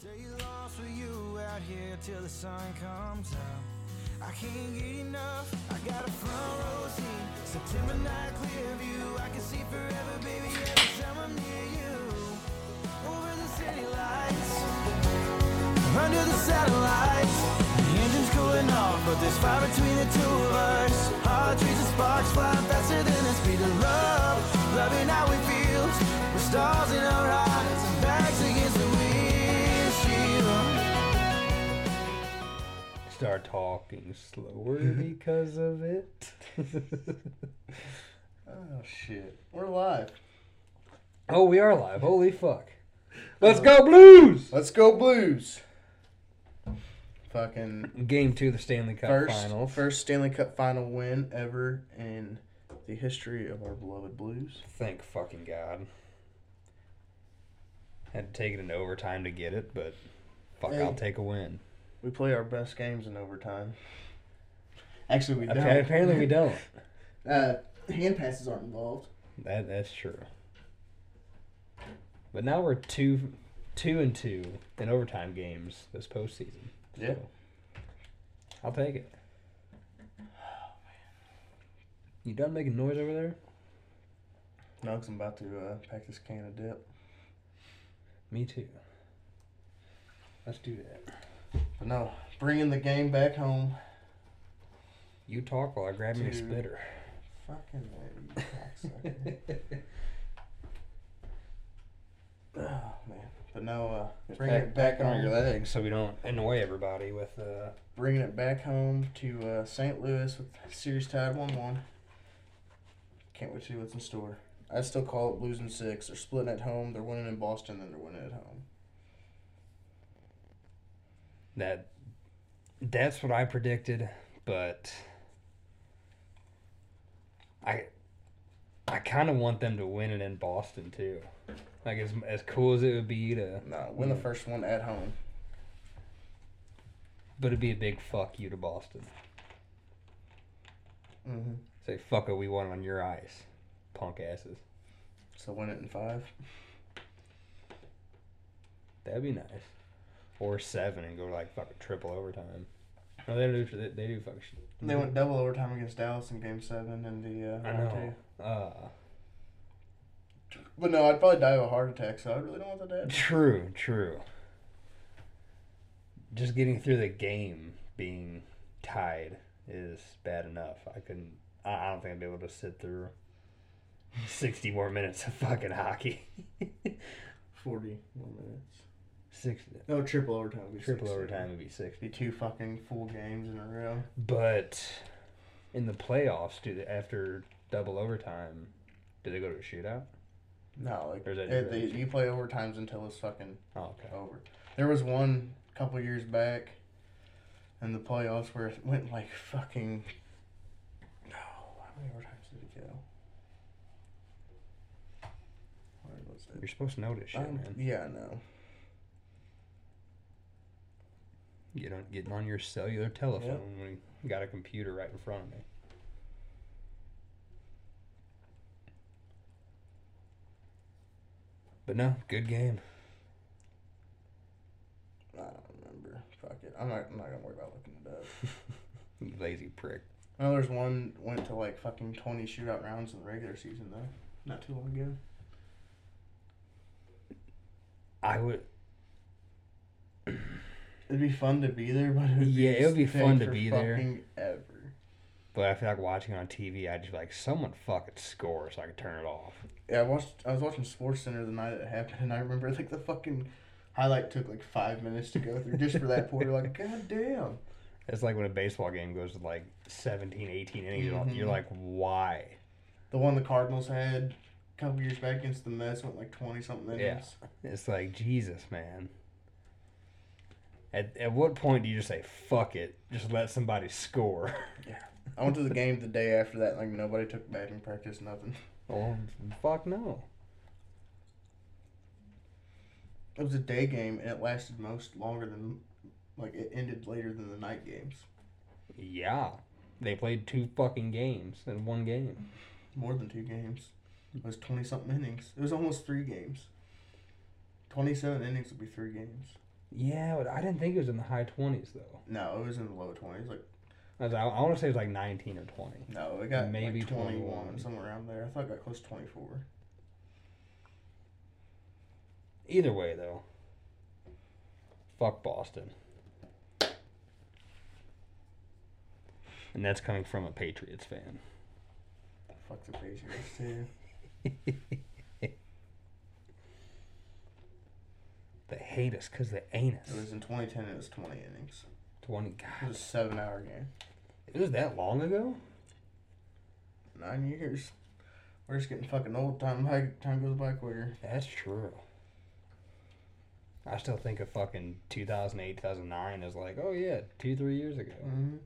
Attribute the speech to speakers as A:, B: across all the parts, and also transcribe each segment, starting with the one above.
A: Say you lost with you out here till the sun comes up. I can't get enough. I got a front row seat. September night clear view. I can see forever, baby. Every time I'm near you. Over the city lights, under the satellites. The engine's cooling off, but there's fire between the two of us. Heart trees and sparks fly faster than the speed of love. Loving how it feels. With stars in our eyes, and backs against the windshield.
B: Start talking slower because of it. oh shit.
C: We're live.
B: Oh, we are live. Holy fuck. Let's go Blues.
C: Let's go Blues. Fucking
B: Game 2 of the Stanley Cup
C: first
B: Finals.
C: first Stanley Cup final win ever in the history of our beloved Blues.
B: Thank fucking God. Had to take it in overtime to get it, but fuck,
C: Hey.
B: I'll take a win.
C: We play our best games in overtime. Actually, we don't.
B: Appa- Apparently we don't.
C: Uh, hand passes aren't involved.
B: That that's true. But now we're two, two and two in overtime games this postseason.
C: Yeah.
B: I'll take it. Oh, You done making noise over there?
C: No, 'cause I'm about to uh, pack this can of dip.
B: Me too. Let's do that.
C: But no, bringing the game back home.
B: You talk while I grab me a
C: Dude.
B: spitter.
C: Fucking that, you cocksucker. Oh, man. But no, uh, bringing it back on your legs.
B: so we don't annoy everybody with uh,
C: bringing it back home to uh, St. Louis with series tied one one. Can't wait to see what's in store. I still call it losing six. They're splitting at home. They're winning in Boston, then they're winning at home.
B: that. That's what I predicted, but I I kind of want them to win it in Boston too. Like as as cool as it would be to,
C: No, win the first one at home.
B: but it'd be a big fuck you to Boston.
C: Mm-hmm.
B: Say fuck it, we won on your ice, punk asses.
C: So win it in five.
B: That'd be nice. Or seven and go like fucking triple overtime. No, they do. They, they do fucking. shit.
C: They went double overtime against Dallas in Game Seven and the uh,
B: I
C: round
B: know. Uh,
C: two. But no, I'd probably die of a heart attack, so I really don't want that. To
B: True, true. Just getting through the game being tied is bad enough. I couldn't. I I don't think I'd be able to sit through sixty more minutes of fucking hockey.
C: Forty more minutes.
B: Six
C: No triple overtime. would be
B: triple
C: 60.
B: overtime would be sixty.
C: Be two fucking full games in a row.
B: But in the playoffs, do they, after double overtime, do they go to a shootout?
C: No, like
B: Or is that
C: it-
B: different?
C: they- you play overtimes until it's fucking
B: Oh, okay.
C: over. There was one couple years back in the playoffs where it went like fucking. No, how many overtimes did it go? Where was it?
B: You're supposed to know this shit,
C: Um,
B: man.
C: yeah, no.
B: Get on getting on your cellular telephone when you got a computer right in front of me. But no, good game.
C: I don't remember. Fuck it. I'm not. I'm not gonna worry about looking it up.
B: You lazy prick.
C: I know there's one went to like fucking twenty shootout rounds in the regular season though. Not too long ago.
B: I would.
C: It'd be fun to be there, but it'd
B: Yeah, it would be
C: sick
B: fun to
C: for
B: be there.
C: fucking Ever.
B: But I feel like watching on TV, I'd just be like, someone fucking score so I could turn it off.
C: Yeah, I watched. I was watching Sports Center the night it happened, and I remember like the fucking highlight took like five minutes to go through just for that point. You're like, God damn!
B: It's like when a baseball game goes to like 17, 18 innings. you're all- You're
C: Mhm.
B: like, why?
C: The one the Cardinals had a couple years back against the Mets went like twenty something minutes.
B: It's like Jesus, man. At, at what point do you just say fuck it? Just let somebody score.
C: I went to the game the day after that. Like nobody took batting practice, nothing.
B: Well, fuck no.
C: It was a day game, and it lasted most longer than like it ended later than the night games.
B: Yeah, they played two fucking games in one game.
C: More than two games. It was twenty something innings. It was almost three games. Twenty seven innings would be three games.
B: Yeah, but I didn't think it was in the high 20s, though.
C: No, it was in the low twenties. Like
B: I, was- I, I want to say it was like 19 or 20.
C: no, it got
B: Maybe
C: maybe twenty
B: 21.
C: one somewhere around there. I thought it got close to twenty four.
B: Either way, though, fuck Boston. And that's coming from a Patriots fan.
C: Fuck the Patriots too.
B: They hate us because they ain't us.
C: It was in twenty ten. It was twenty innings.
B: 20.
C: It
B: God.
C: was a seven hour game.
B: It was that long ago?
C: Nine years. We're just getting fucking old. Time like, time goes by quicker.
B: That's true. I still think of fucking 2008, 2009 as like, oh yeah, two, three years ago.
C: Mm-hmm.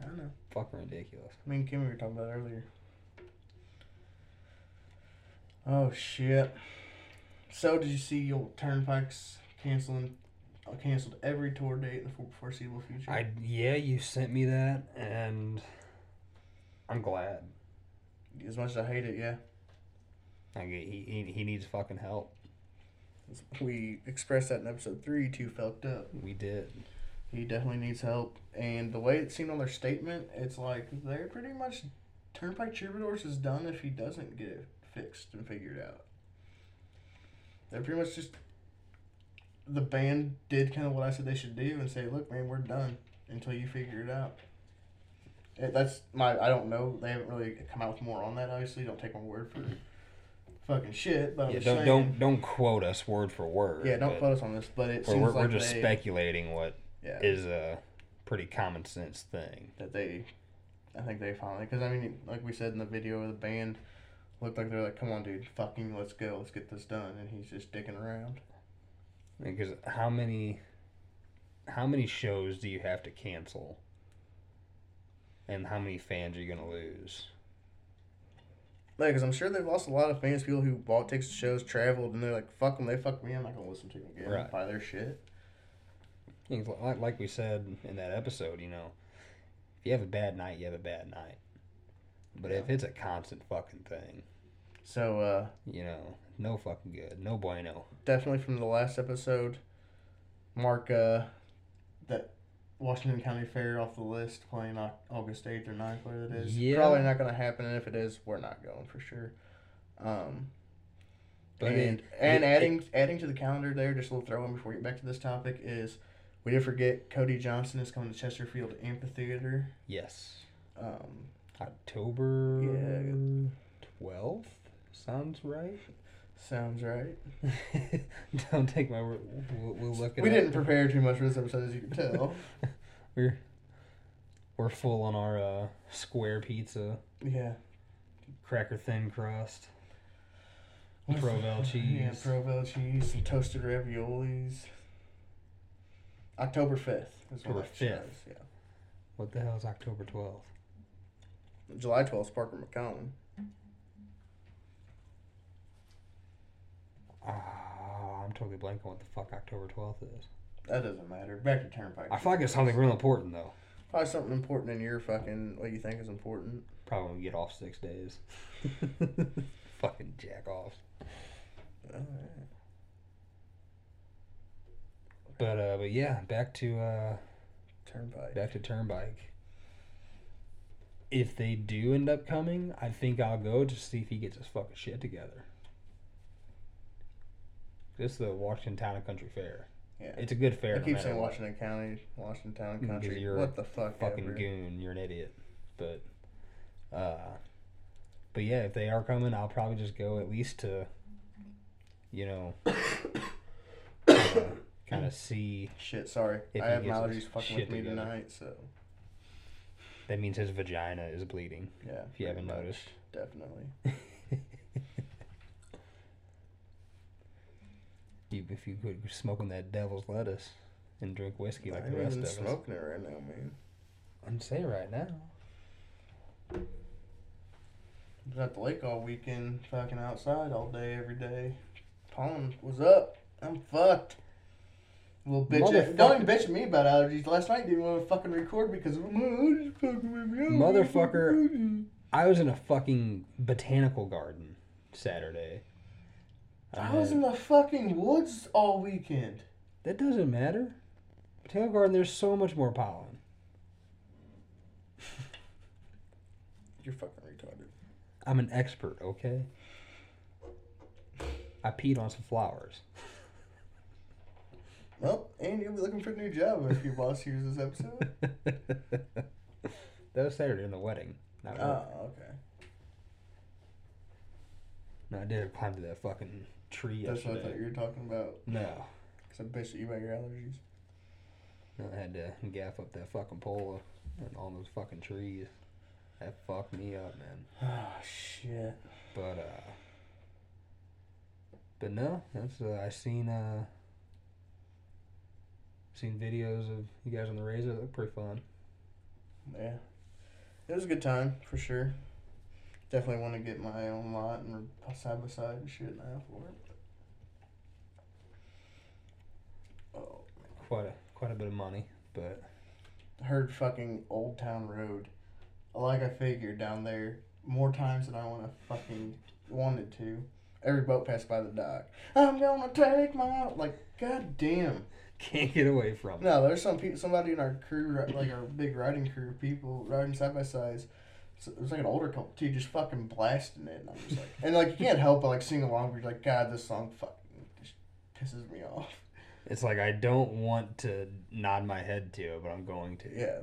C: I don't know.
B: Fucking ridiculous.
C: Me and Kimmy were talking about it earlier. Oh shit! So did you see your turnpikes canceling? uh, Canceled every tour date in the fore- foreseeable future.
B: I yeah, you sent me that, and I'm glad.
C: as much as I hate it, yeah.
B: Like he he, he needs fucking help.
C: We expressed that in episode three. Too fucked up.
B: We did.
C: He definitely needs help. And the way it seemed on their statement, it's like they're pretty much Turnpike Troubadours is done if he doesn't get it fixed and figured out. They're pretty much just the band did kind of what I said they should do and say, "Look, man, we're done until you figure it out." It, that's my. I don't know. They haven't really come out with more on that. Obviously, don't take my word for fucking shit. But I'm
B: Yeah,
C: just
B: don't
C: saying,
B: don't don't quote us word for word.
C: yeah, don't
B: but
C: put us on this. But it
B: We're,
C: seems
B: we're,
C: like
B: we're just
C: they,
B: speculating what
C: yeah.
B: is a pretty common sense thing.
C: that they, I think they finally, because I mean, like we said in the video, the band looked like they're like, "Come on, dude, fucking, let's go, let's get this done," and he's just dicking around.
B: Because how many how many shows do you have to cancel? And how many fans are you gonna lose?
C: Like, because I'm sure they've lost a lot of fans, people who bought tickets to shows, traveled, and they're like, "Fuck them, they fuck me, I'm not gonna listen to them again,
B: Right.
C: buy their shit."
B: Things li- Like, like we said in that episode, you know, if you have a bad night, you have a bad night. But if it's a constant fucking thing,
C: So, uh,
B: you know, no fucking good, no bueno.
C: definitely from the last episode, mark uh, that Washington County Fair off the list, playing Au- August 8th or 9th, whatever it is.
B: Yeah.
C: Probably not going to happen, and if it is, we're not going for sure. Um,
B: But
C: and
B: it-
C: and
B: it-
C: adding adding to the calendar there, just a little throw in before we get back to this topic is we did forget Cody Johnson is coming to Chesterfield Amphitheater.
B: Yes,
C: Um,
B: October twelfth sounds right.
C: sounds right.
B: Don't take my word. We'll, we'll look it
C: We
B: up.
C: didn't prepare too much for this episode, as you can tell.
B: We're we're full on our uh, square pizza,
C: yeah.
B: cracker thin crust,
C: What's the-
B: Provel
C: Yeah,
B: cheese.
C: Provel cheese, some toasted raviolis. October 5th. is when
B: October
C: that
B: 5th.
C: shows,
B: What the hell is October twelfth?
C: Yeah. July 12th, 's Parker McCollum.
B: Ah, I'm totally blanking on what the fuck October twelfth is.
C: That doesn't matter. Back to Turnpike.
B: I feel like it's something real important though.
C: Probably something important in your fucking, what you think is important.
B: Probably when we get off six days. Fucking jack off.
C: Uh, Alright.
B: But uh, but yeah, back to uh,
C: Turnpike.
B: back to Turnbike. If they do end up coming, I think I'll go to see if he gets his fucking shit together. This is the Washington Town and Country Fair.
C: Yeah.
B: It's a good fair.
C: I
B: no
C: keep
B: matter
C: saying
B: what.
C: Washington County, Washington Town,
B: Because
C: country.
B: you're
C: what the fuck?
B: fucking
C: ever.
B: goon. You're an idiot. But, uh, but yeah, if they are coming, I'll probably just go at least to, you know, kind of see.
C: Shit, sorry.
B: If
C: I
B: he
C: have
B: gets
C: my
B: his
C: allergies fucking
B: shit
C: with me
B: together.
C: tonight, so
B: That means his vagina is bleeding.
C: yeah.
B: If you
C: pretty
B: haven't
C: much,
B: noticed.
C: Definitely.
B: You, if you quit smoking that devil's lettuce and drink whiskey like
C: I'm
B: the rest
C: even
B: of us,
C: smoking it right now, man.
B: I'm saying right now.
C: Was at the lake all weekend, fucking outside all day, every day. Pollen was up. I'm fucked. Little bitch.
B: Motherfucker.
C: Don't even bitch at me about allergies. Last night didn't want to fucking record because my allergies fucking with me.
B: Motherfucker. I was in a fucking botanical garden Saturday.
C: I was in the fucking woods all weekend.
B: That doesn't matter. Tail garden, there's so much more pollen.
C: You're fucking retarded.
B: I'm an expert, okay? I peed on some flowers.
C: Well, and you'll be looking for a new job if your boss hears this episode.
B: that was Saturday in the wedding. Not
C: oh,
B: work.
C: okay.
B: No, I didn't climb to that fucking tree
C: That's what I
B: yesterday.
C: thought you were talking about.
B: No.
C: Because I bitched at you about your allergies.
B: No, I had to gaff up that fucking pole and all those fucking trees. That fucked me up, man.
C: Oh, shit.
B: But uh But no, that's uh, I seen uh seen videos of you guys on the razor, they look pretty fun.
C: Yeah. It was a good time, for sure. Definitely want to get my own lot and side by side and shit now for it. Oh.
B: Quite a quite a bit of money, but
C: heard fucking Old Town Road. Like I figured down there more times than I want to fucking wanted to. Every boat passed by the dock. I'm gonna take my like goddamn.
B: can't get away from it.
C: No, there's some people, somebody in our crew, ri- like our big riding crew, of people riding side by sides. So it was like an older couple too, just fucking blasting it. And I'm just like, and like you can't help but like sing along. But you're like, God, this song fucking just pisses me off.
B: It's like I don't want to nod my head to it, but I'm going to.
C: Yeah.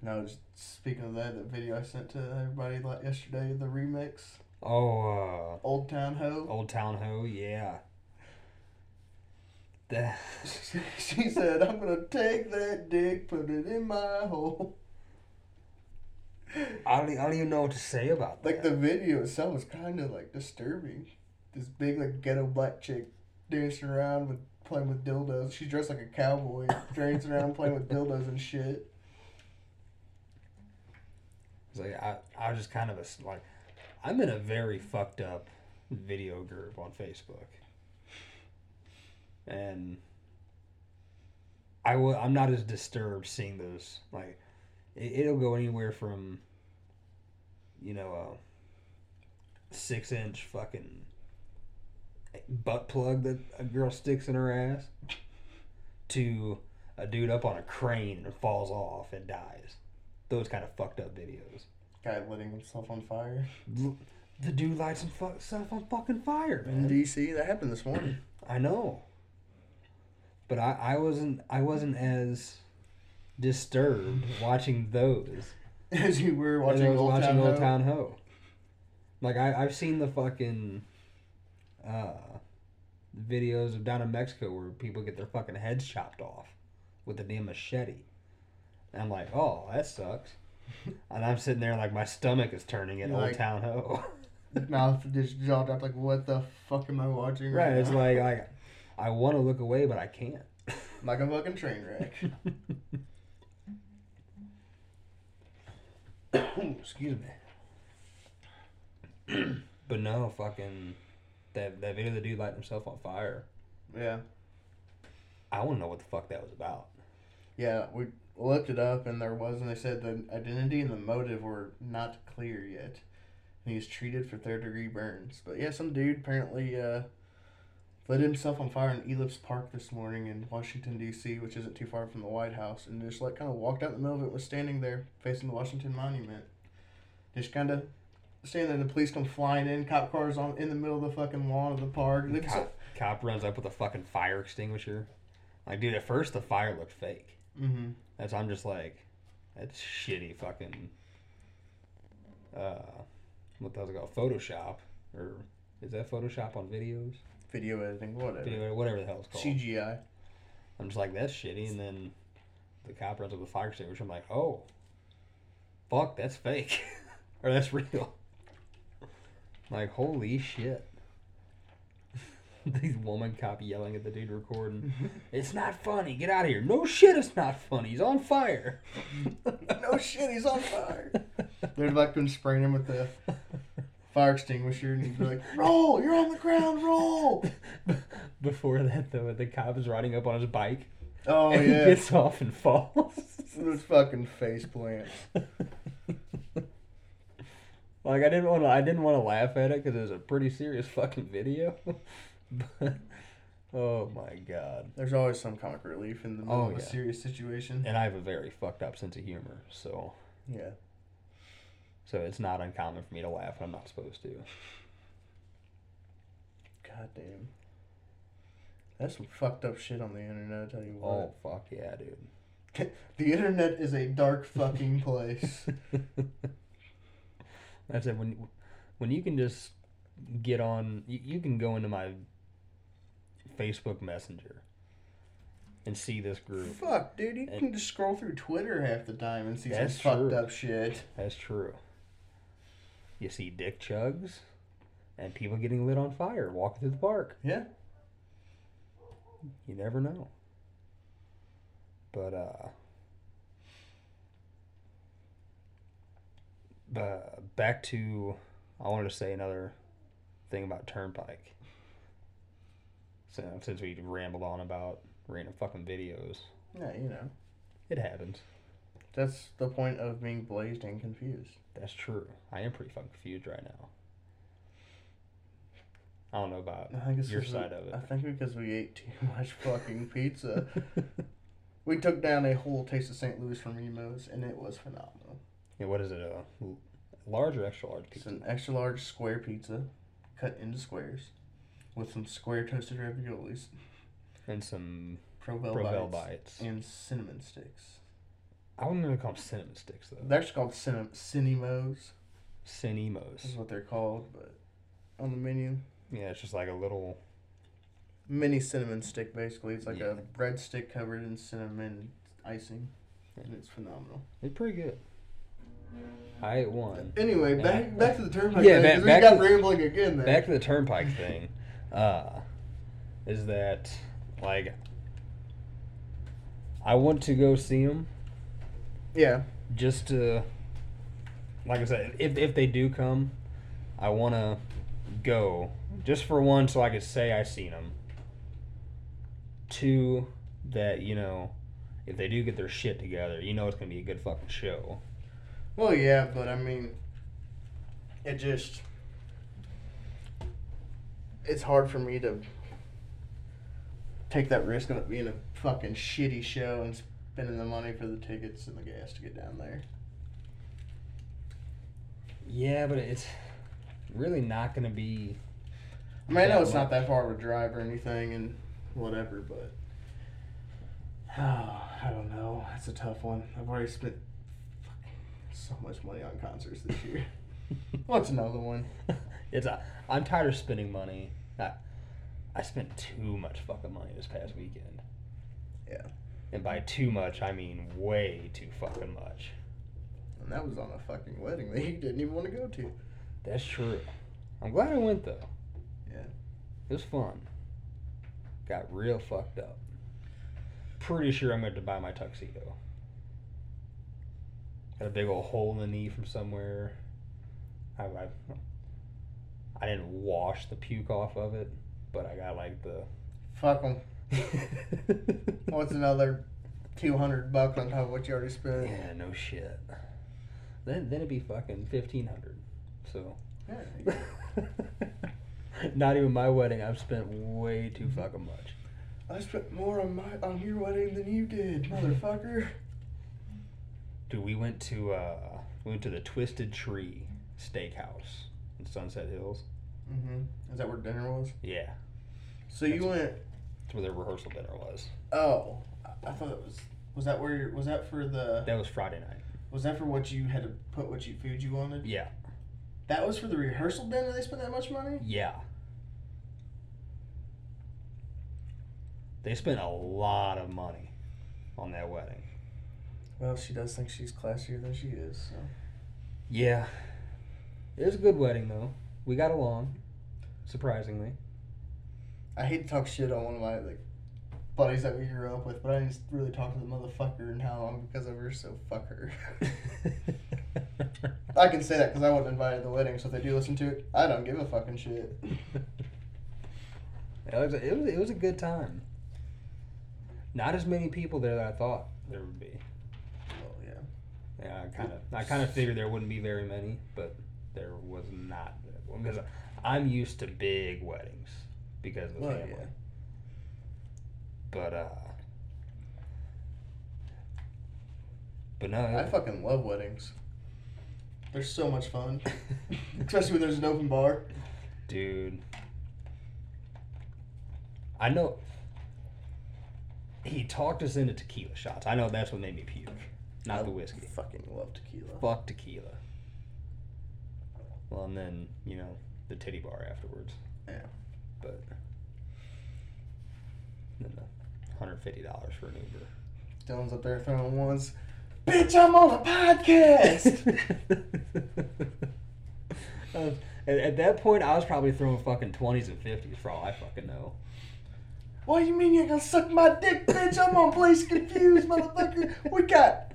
C: No, just speaking of that, the video I sent to everybody like yesterday, the remix,
B: Oh,
C: Old Town
B: uh,
C: Ho.
B: Old Town Ho, yeah. That
C: she said, "I'm gonna take that dick, put it in my hole."
B: I don't, e- I don't even know what to say about
C: Like
B: that.
C: the video itself was kind of like disturbing. This big like ghetto black chick dancing around with playing with dildos. She's dressed like a cowboy, dancing around playing with dildos and shit.
B: It's like I, I was just kind of a s like, I'm in a very fucked up video group on Facebook, and I will. I'm not as disturbed seeing those. Like, it, it'll go anywhere from, you know, a six inch fucking butt plug that a girl sticks in her ass, to a dude up on a crane and falls off and dies. Those kind of fucked up videos.
C: Guy letting himself on fire
B: L- the dude lights himself on fucking fire, man.
C: in D.C. That happened this morning.
B: I know. But I, I wasn't I wasn't as disturbed watching those
C: As you were
B: as
C: watching
B: I was
C: Old
B: watching
C: Town
B: Old
C: Ho.
B: Town Ho. Like I, I've seen the fucking uh videos of down in Mexico where people get their fucking heads chopped off with a damn machete. And I'm like, oh, that sucks. and I'm sitting there like my stomach is turning at
C: You're
B: Old
C: like-
B: Town Ho.
C: mouth just jaw dropped like what the fuck am I watching right,
B: Right. It's
C: now?
B: like like I want to look away, but I can't.
C: like a fucking train wreck.
B: Excuse me. but no, fucking that that video of the dude lighting himself on fire.
C: yeah,
B: I want to know what the fuck that was about.
C: yeah. We looked it up and there was, and they said the identity and the motive were not clear yet. And he was treated for third degree burns. But yeah, some dude apparently uh, lit himself on fire in Ellipse Park this morning in Washington D.C., which isn't too far from the White House, and just like kind of walked out in the middle of it, was standing there facing the Washington Monument, just kind of. Standing there, the police come flying in, cop cars on in the middle of the fucking lawn of the park. Looks-
B: Cop, cop runs up with a fucking fire extinguisher. Like, dude, at first the fire looked fake.
C: Mm-hmm.
B: That's I'm just like, that's shitty fucking. Uh, what the hell's it called? Photoshop or is that Photoshop on videos?
C: Video editing, whatever.
B: Video, whatever the hell it's called.
C: CGI.
B: I'm just like, that's shitty. And then the cop runs up with a fire extinguisher. I'm like, oh, fuck, that's fake. or that's real. like, holy shit. These woman cop yelling at the dude recording. it's not funny. Get out of here. No shit, it's not funny. He's on fire.
C: no shit, he's on fire. They'd like been spraying him with the fire extinguisher, and he'd be like, "Roll, you're on the ground, roll."
B: Before that, though, the cop is riding up on his bike.
C: Oh
B: and
C: yeah,
B: he gets off and falls.
C: those fucking face plants.
B: Like I didn't want to, I didn't want to laugh at it because it was a pretty serious fucking video. but Oh my god.
C: There's always some comic relief in the middle
B: Oh,
C: of a
B: yeah.
C: serious situation.
B: And I have a very fucked up sense of humor, so
C: Yeah.
B: so it's not uncommon for me to laugh when I'm not supposed to.
C: God damn. That's some fucked up shit on the internet, I tell you what.
B: Oh fuck yeah, dude.
C: The internet is a dark fucking place.
B: I said when when you can just get on, you, you can go into my Facebook Messenger and see this group.
C: Fuck, dude, you can just scroll through Twitter half the time and see
B: That's
C: some fucked
B: true.
C: up shit.
B: That's true. You see dick chugs and people getting lit on fire walking through the park.
C: Yeah.
B: You never know. But uh but uh, back to I wanted to say another thing about Turnpike. So since we rambled on about random fucking videos.
C: Yeah, you know.
B: It happens.
C: That's the point of being blazed and confused.
B: That's true. I am pretty fucking confused right now. I don't know about
C: I think it's
B: your
C: 'cause
B: side
C: we,
B: of
C: I
B: it.
C: think because we ate too much fucking pizza. We took down a whole taste of St. Louis from Emo's, and it was phenomenal.
B: yeah, what is it? A l- large or extra large
C: It's
B: pizza?
C: an extra large square pizza, cut into squares, with some square toasted raviolis,
B: and some
C: Provel,
B: Provel
C: bites,
B: bites.
C: and cinnamon sticks.
B: I wouldn't really call them cinnamon sticks though.
C: They're actually called cinem- Cinnemos. This is
B: Cinnemos.
C: what they're called, but on the menu,
B: Yeah, it's just like a little.
C: mini cinnamon stick. Basically, it's like
B: Yeah.
C: a bread stick covered in cinnamon icing, and it's phenomenal.
B: It's pretty good. I ate one.
C: Anyway,
B: Yeah.
C: back back to the turnpike.
B: Yeah,
C: Yeah,
B: ba-
C: thing, 'cause
B: back
C: we got
B: to-
C: rambling again. There.
B: Back to the turnpike thing. Uh, is that like I want to go see them
C: yeah,
B: just to, like I said, if if they do come, I want to go just for one, so I could say I seen them. Two, that you know, if they do get their shit together, you know it's gonna be a good fucking show.
C: Well, yeah, but I mean, it just. It's hard for me to take that risk of it being a fucking shitty show and spending the money for the tickets and the gas to get down there.
B: Yeah, but it's really not going to be.
C: I mean, I know
B: That
C: it's not
B: much.
C: that far of a drive or anything and whatever, but. ah, I don't know. That's a tough one. I've already spent fucking so much money on concerts this year. What's another one?
B: it's i I'm tired of spending money. I, I spent too much fucking money this past weekend.
C: Yeah.
B: And by too much, I mean way too fucking much.
C: And that was on a fucking wedding that you didn't even want to go to.
B: That's true. I'm glad I went though.
C: Yeah.
B: It was fun. Got real fucked up. Pretty sure I'm going to buy my tuxedo. Got a big old hole in the knee from somewhere. I, I, I didn't wash the puke off of it, but I got like the.
C: Fuck them. What's another 200 bucks on top of what you already spent?
B: Yeah, no shit. Then then it'd be fucking fifteen hundred. So
C: Yeah.
B: not even my wedding. I've spent way too fucking much.
C: I spent more on my on your wedding than you did, motherfucker.
B: Dude, we went to uh, we went to the Twisted Tree Steakhouse in Sunset Hills.
C: Mm-hmm. Is that where dinner was?
B: Yeah,
C: So you went.
B: that's where their rehearsal dinner was.
C: Oh, I- I thought it was. Was that where? Was that for the?
B: That was Friday night.
C: Was that for what you had to put what you food you wanted?
B: Yeah,
C: That was for the rehearsal dinner. They spent that much money.
B: yeah. They spent a lot of money on that wedding.
C: Well, she does think she's classier than she is. So.
B: Yeah. It was a good wedding though. We got along, surprisingly.
C: I hate to talk shit on one of my like buddies that we grew up with, but I didn't really talk to the motherfucker in how long because of her. So fuck her. I can say that because I wasn't invited to the wedding, so if they do listen to it, I don't give a fucking shit.
B: It was, it was it was a good time. Not as many people there that I thought there would be.
C: Oh yeah.
B: Yeah, I kind of I kind of figured there wouldn't be very many, but there was not because I'm used to big weddings because of the
C: Well,
B: family.
C: yeah.
B: But uh But no,
C: I
B: it-
C: fucking love weddings. They're so much fun, especially when there's an open bar.
B: dude. I know he talked us into tequila shots. I know that's what made me puke, not the whiskey.
C: Fucking love tequila.
B: Fuck tequila. Well, and then you know the titty bar afterwards.
C: Yeah.
B: But then the hundred fifty dollars for an Uber.
C: Dylan's up there throwing ones. Bitch, I'm on a podcast.
B: I was- Um, at, at that point, I was probably throwing fucking twenties and fifties for all I fucking know.
C: what do you mean you're gonna suck my dick, bitch? I'm on Blaze Confused, motherfucker. We got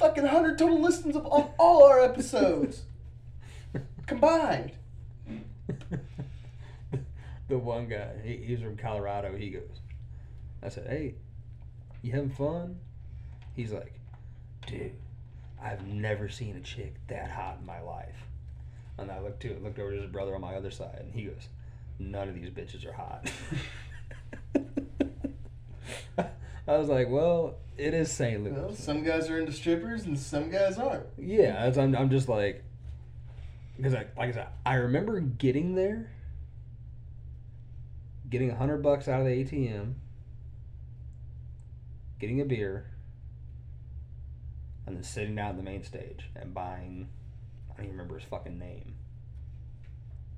C: fucking hundred total listens of on all our episodes combined.
B: the one guy, he, he's from Colorado. He goes, I said, "Hey, you having fun?" He's like, "Dude, I've never seen a chick that hot in my life." And I looked to looked over to his brother on my other side, and he goes, "None of these bitches are hot." I was like, "Well, it is St. Louis."
C: Well, some guys are into strippers and some guys aren't.
B: Yeah, that's, I'm, I'm just like, because I, like I said, I remember getting there, getting a hundred bucks out of the ATM, getting a beer, and then sitting down at the main stage and buying, I don't even remember his fucking name,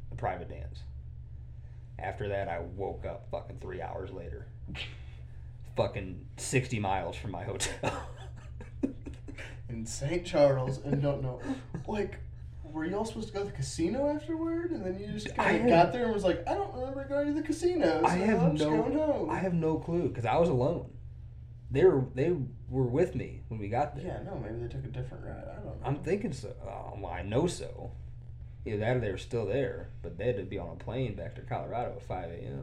B: the private dance. After that, I woke up fucking three hours later, fucking 60 miles from my hotel.
C: in St. Charles and don't know. Like, were y'all supposed to go to the casino afterward? And then you just
B: I
C: kind
B: had-
C: of got there and was like, I don't remember going to the casino. So
B: I have
C: am just
B: no-
C: going home.
B: I have no clue because I was alone. They were they were with me when we got there.
C: yeah, no, maybe they took a different route. I don't know.
B: I'm thinking so. Uh, well, I know so. Either that or they were still there, but they had to be on a plane back to Colorado at 5 a.m.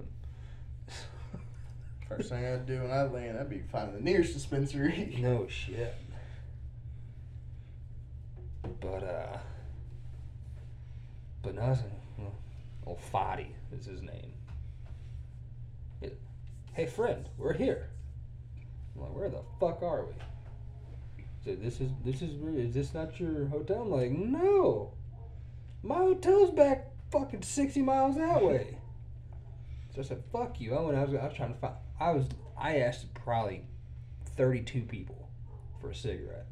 C: First thing I'd do when I land, I'd be finding the nearest dispensary.
B: No shit. But uh, but nothing. Old Fadi is his name. He- Hey friend, we're here. I'm like, where the fuck are we? So this is this is where- is this not your hotel? I'm like, no, my hotel's back fucking sixty miles that way. So I said, fuck you. I went. I was, I was trying to find. I was. I asked probably thirty-two people for a cigarette.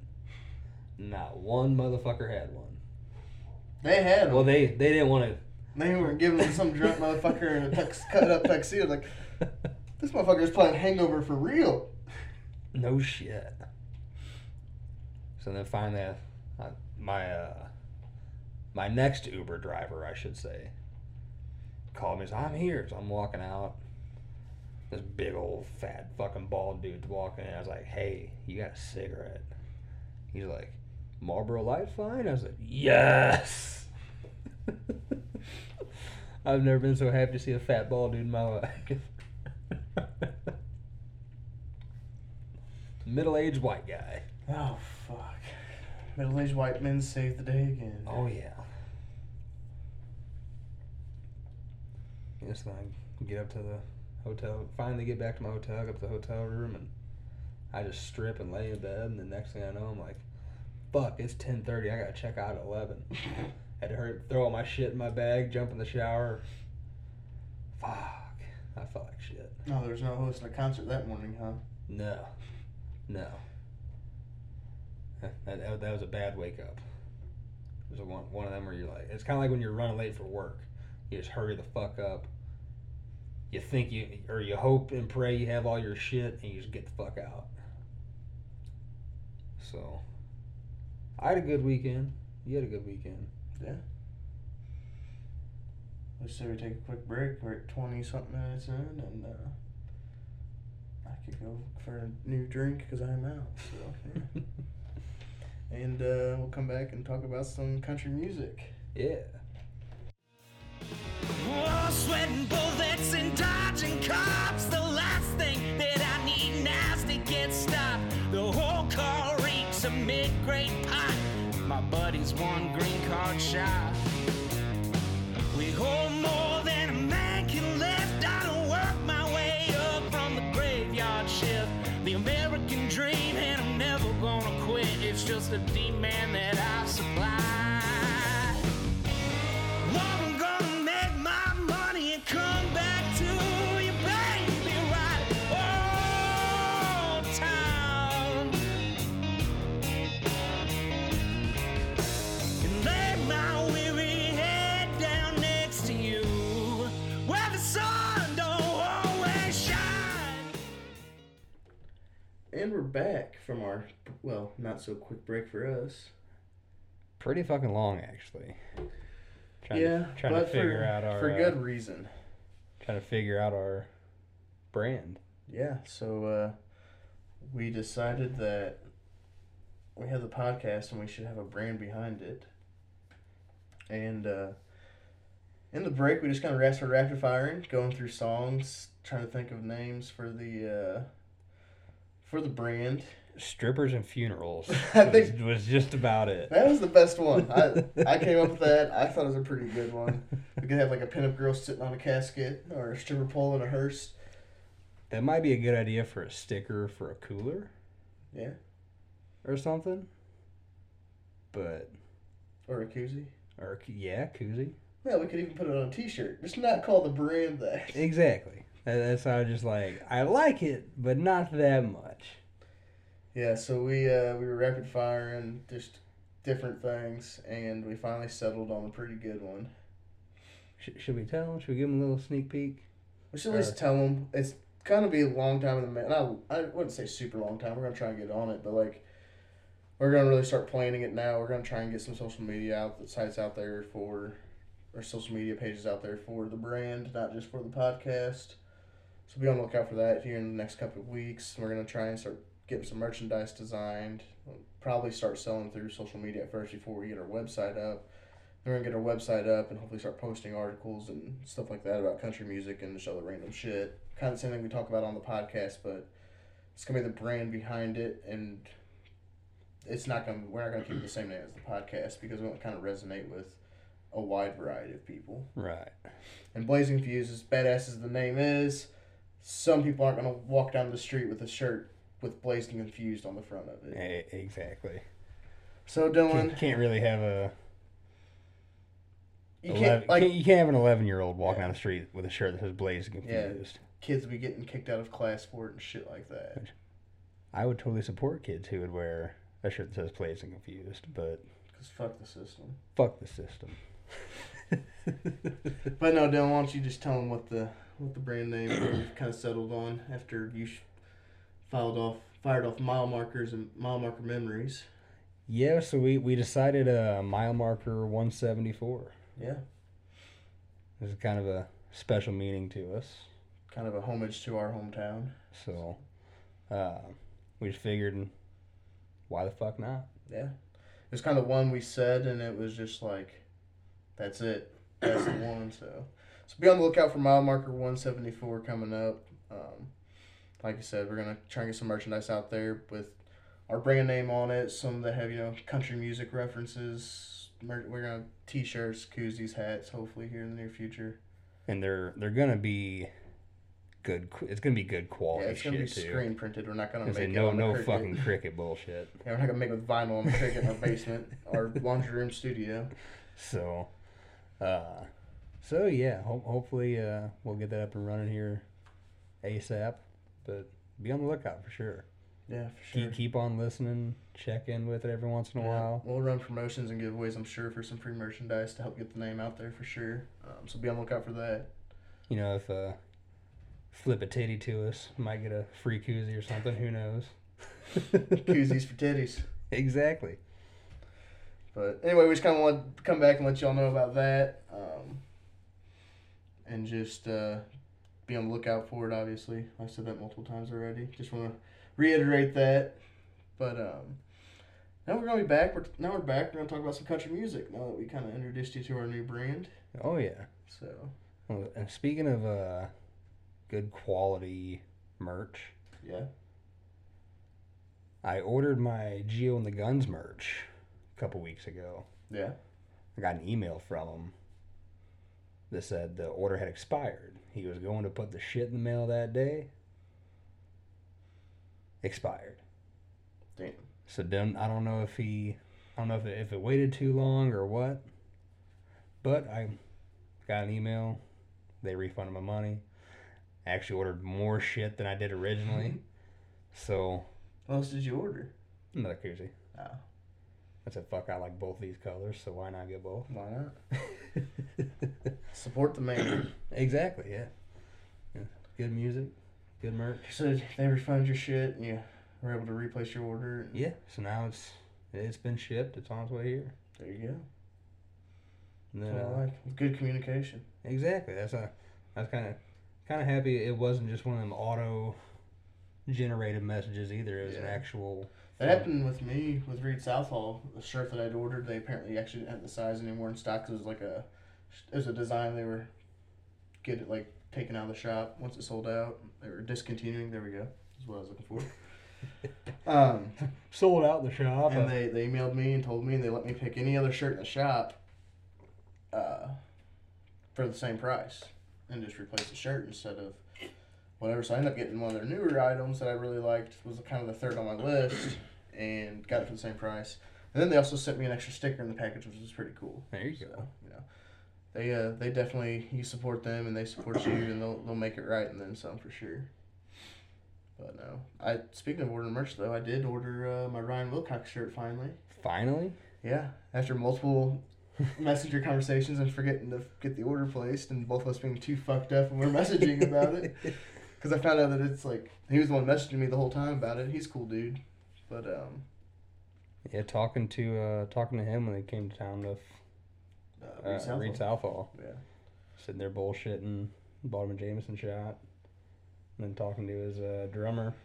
B: Not one motherfucker had one.
C: They had them.
B: Well, they they didn't want to.
C: they were giving them some drunk motherfucker in a tux, cut up tuxedo. Like, this motherfucker's playing Hangover for real.
B: No shit. So then finally, I, I- my uh, my next Uber driver, I should say, called me. Said, "I'm here." So I'm walking out. This big old fat fucking bald dude's walking in. I was like, "Hey, you got a cigarette?" He's like, "Marlboro Light, fine." I was like, "Yes." I've never been so happy to see a fat bald dude in my life. middle-aged white guy.
C: Oh, fuck. Middle aged white men saved the day again.
B: Oh yeah. Yes, then I get up to the hotel. Finally, get back to my hotel. Get up to the hotel room, and I just strip and lay in bed. And the next thing I know, I'm like, "Fuck! It's ten thirty. I gotta check out at 11. Had to hurry, throw all my shit in my bag, jump in the shower. Fuck! I felt like shit.
C: No, there was no hosting a concert that morning, huh?
B: No, no. That, that, that was a bad wake up. It was a one, one of them where you're like, it's kind of like when you're running late for work. You just hurry the fuck up. You think you, or you hope and pray you have all your shit and you just get the fuck out. So, I had a good weekend. You had a good weekend.
C: Let's say we take a quick break. We're at 20 something minutes in, and uh, I could go for a new drink because I'm out. So, yeah. and uh, we'll come back and talk about some country music.
B: yeah.
A: Oh, sweating bullets and dodging cops. The last thing that I need now's to get stopped. The whole car reeks of mid-grade pot. My buddy's one green card shy. We hold more than a man can lift. I don't work my way up from the graveyard.
D: just a demand that I supply. Lord, I'm gonna make my money and come back to you, baby, right? Oh, town. and lay my weary head down next to you, where the sun don't always shine.
C: And we're back from our, well, not so quick break for us.
B: Pretty fucking long, actually. Trying
C: yeah,
B: to, trying
C: but
B: to figure
C: for,
B: out our
C: for
B: uh,
C: good reason.
B: trying to figure out our brand.
C: Yeah, so uh, we decided that we have the podcast and we should have a brand behind it. And uh, in the break, we just kind of started rapid firing, going through songs, trying to think of names for the uh, for the brand.
B: Strippers and funerals
C: I
B: was,
C: think-
B: was just about it.
C: That was the best one. I I came up with that. I thought it was a pretty good one. We could have like a pinup girl sitting on a casket or a stripper pole in a hearse.
B: That might be a good idea for a sticker for a cooler
C: Yeah,
B: or something. But
C: or a koozie.
B: or yeah, koozie.
C: Yeah, we could even put it on a T-shirt. Just not call the brand that.
B: Exactly. That- That's how I just like I like it, but not that much.
C: Yeah, so we uh, we were rapid firing just different things, and we finally settled on a pretty good one.
B: Sh- should we tell them? Should we give them a little sneak peek?
C: We should at least tell them it's gonna be a long time in the making. I I wouldn't say super long time. We're gonna try and get on it, but like we're gonna really start planning it now. We're gonna try and get some social media out sites out there for or social media pages out there for the brand, not just for the podcast. So be on the lookout for that here in the next couple of weeks. We're gonna try and start getting some merchandise designed. We'll probably start selling through social media at first before we get our website up. We're gonna get our website up and hopefully start posting articles and stuff like that about country music and just other random shit. Kind of the same thing we talk about on the podcast, but it's gonna be the brand behind it, and it's not gonna. We're not gonna keep it the same name as the podcast because we want to kind of resonate with a wide variety of people.
B: Right.
C: And Blazing Fuse, as badass as the name is, some people aren't gonna walk down the street with a shirt with Blazing Confused on the front of it.
B: E- exactly.
C: So
B: Can't,
C: Dylan,
B: can't really have a
C: you
B: 11
C: can't like
B: can't- you can't have an eleven year old walking down the street with a shirt that says "Blaze
C: Yeah.
B: Confused."
C: kids be getting kicked out of class for it and shit like that.
B: I would totally support kids who would wear a shirt that says "Blaze Confused," but
C: Because fuck the system.
B: fuck the system.
C: But no, Dylan, why don't you just tell them what the what the brand name we've kind of settled on after you sh- filed off fired off mile markers and mile marker memories.
B: Yeah, so we we decided a mile marker one seventy four.
C: Yeah,
B: This is kind of a special meaning to us.
C: kind of a homage to our hometown.
B: So uh, we just figured, why the fuck not?
C: Yeah, it was kind of one we said, and it was just like, that's it, that's the one. So, so be on the lookout for mile marker one seventy four coming up. Um, like I said, we're gonna try and get some merchandise out there with our brand name on it. Some that have you know country music references. Mer- we're gonna t shirts, koozies, hats. Hopefully here in the near future.
B: And they're they're gonna be good. qu- It's gonna be good
C: Yeah,
B: quality
C: it's gonna
B: shit
C: be
B: too.
C: screen printed. We're not gonna
B: Gonna
C: make
B: say
C: it
B: no
C: on the
B: no
C: cricket.
B: fucking cricket bullshit.
C: Yeah, we're not gonna make it with vinyl on the cricket in our basement, our laundry room studio.
B: So, uh, so yeah. Ho- hopefully, uh, we'll get that up and running here, ASAP. But be on the lookout for sure.
C: Yeah, for sure.
B: Keep, keep on listening. Check in with it every once in a
C: Yeah,
B: while.
C: We'll run promotions and giveaways, I'm sure, for some free merchandise to help get the name out there for sure. Um, so be on the lookout for that.
B: You know, if uh, flip a titty to us, might get a free koozie or something. Who knows?
C: Koozies for titties.
B: Exactly.
C: But anyway, we just kind of want to come back and let y'all know about that. Um, and just uh, be on the lookout for it, obviously. I've said that multiple times already. Just want to reiterate that. But um, now we're going to be back. We're, now we're back. We're going to talk about some country music now that we kind of introduced you to our new brand.
B: Oh yeah.
C: So,
B: Well, And speaking of uh, good quality merch,
C: yeah.
B: I ordered my Geo and the Guns merch a couple weeks ago.
C: Yeah.
B: I got an email from him that said the order had expired. He was going to put the shit in the mail that day. Expired.
C: Damn.
B: So then I don't know if he, I don't know if it, if it waited too long or what. But I got an email. They refunded my money. I actually ordered more shit than I did originally. so
C: What else did you order?
B: another koozie.
C: Oh,
B: I said, fuck, I like both these colors, so why not get both?
C: why not? Support the man.
B: exactly, yeah. yeah. Good music, good merch.
C: so they refund your shit and you were able to replace your order. and-
B: Yeah, so now it's it's been shipped. It's on its way here.
C: There you go.
B: And
C: That's
B: then,
C: what
B: uh,
C: I like. Good communication.
B: Exactly. That's a. I was kind of kind of happy it wasn't just one of them auto generated messages either. It was an
C: Yeah.
B: actual.
C: That happened with me with Reed Southall. The shirt that I'd ordered, they apparently actually didn't have the size anymore in stock. 'cause it was like a, it was a design they were, get it like taken out of the shop once it sold out. They were discontinuing. There we go. Is what I was looking for. um,
B: Sold out the shop.
C: and they, they emailed me and told me they let me pick any other shirt in the shop, uh, for the same price, and just replace the shirt instead of whatever. So I ended up getting one of their newer items that I really liked. It was kind of the third on my list, and got it for the same price. And then they also sent me an extra sticker in the package, which was pretty cool.
B: there you go.
C: So you know, they uh, they definitely you support them and they support you, and they'll they'll make it right and then some for sure. But no, I speaking of ordering merch though, I did order uh, my Ryan Wilcox shirt finally.
B: Finally,
C: Yeah, after multiple messenger conversations and forgetting to get the order placed, and both of us being too fucked up and we're messaging about it. Because I found out that it's like he was the one messaging me the whole time about it. He's a cool dude, but um,
B: yeah. Talking to uh, talking to him when they came to town with
C: uh, Reed
B: uh,
C: Southall.
B: Reed Southall,
C: yeah,
B: sitting there bullshitting, bought him a Jameson shot, and then talking to his uh, drummer.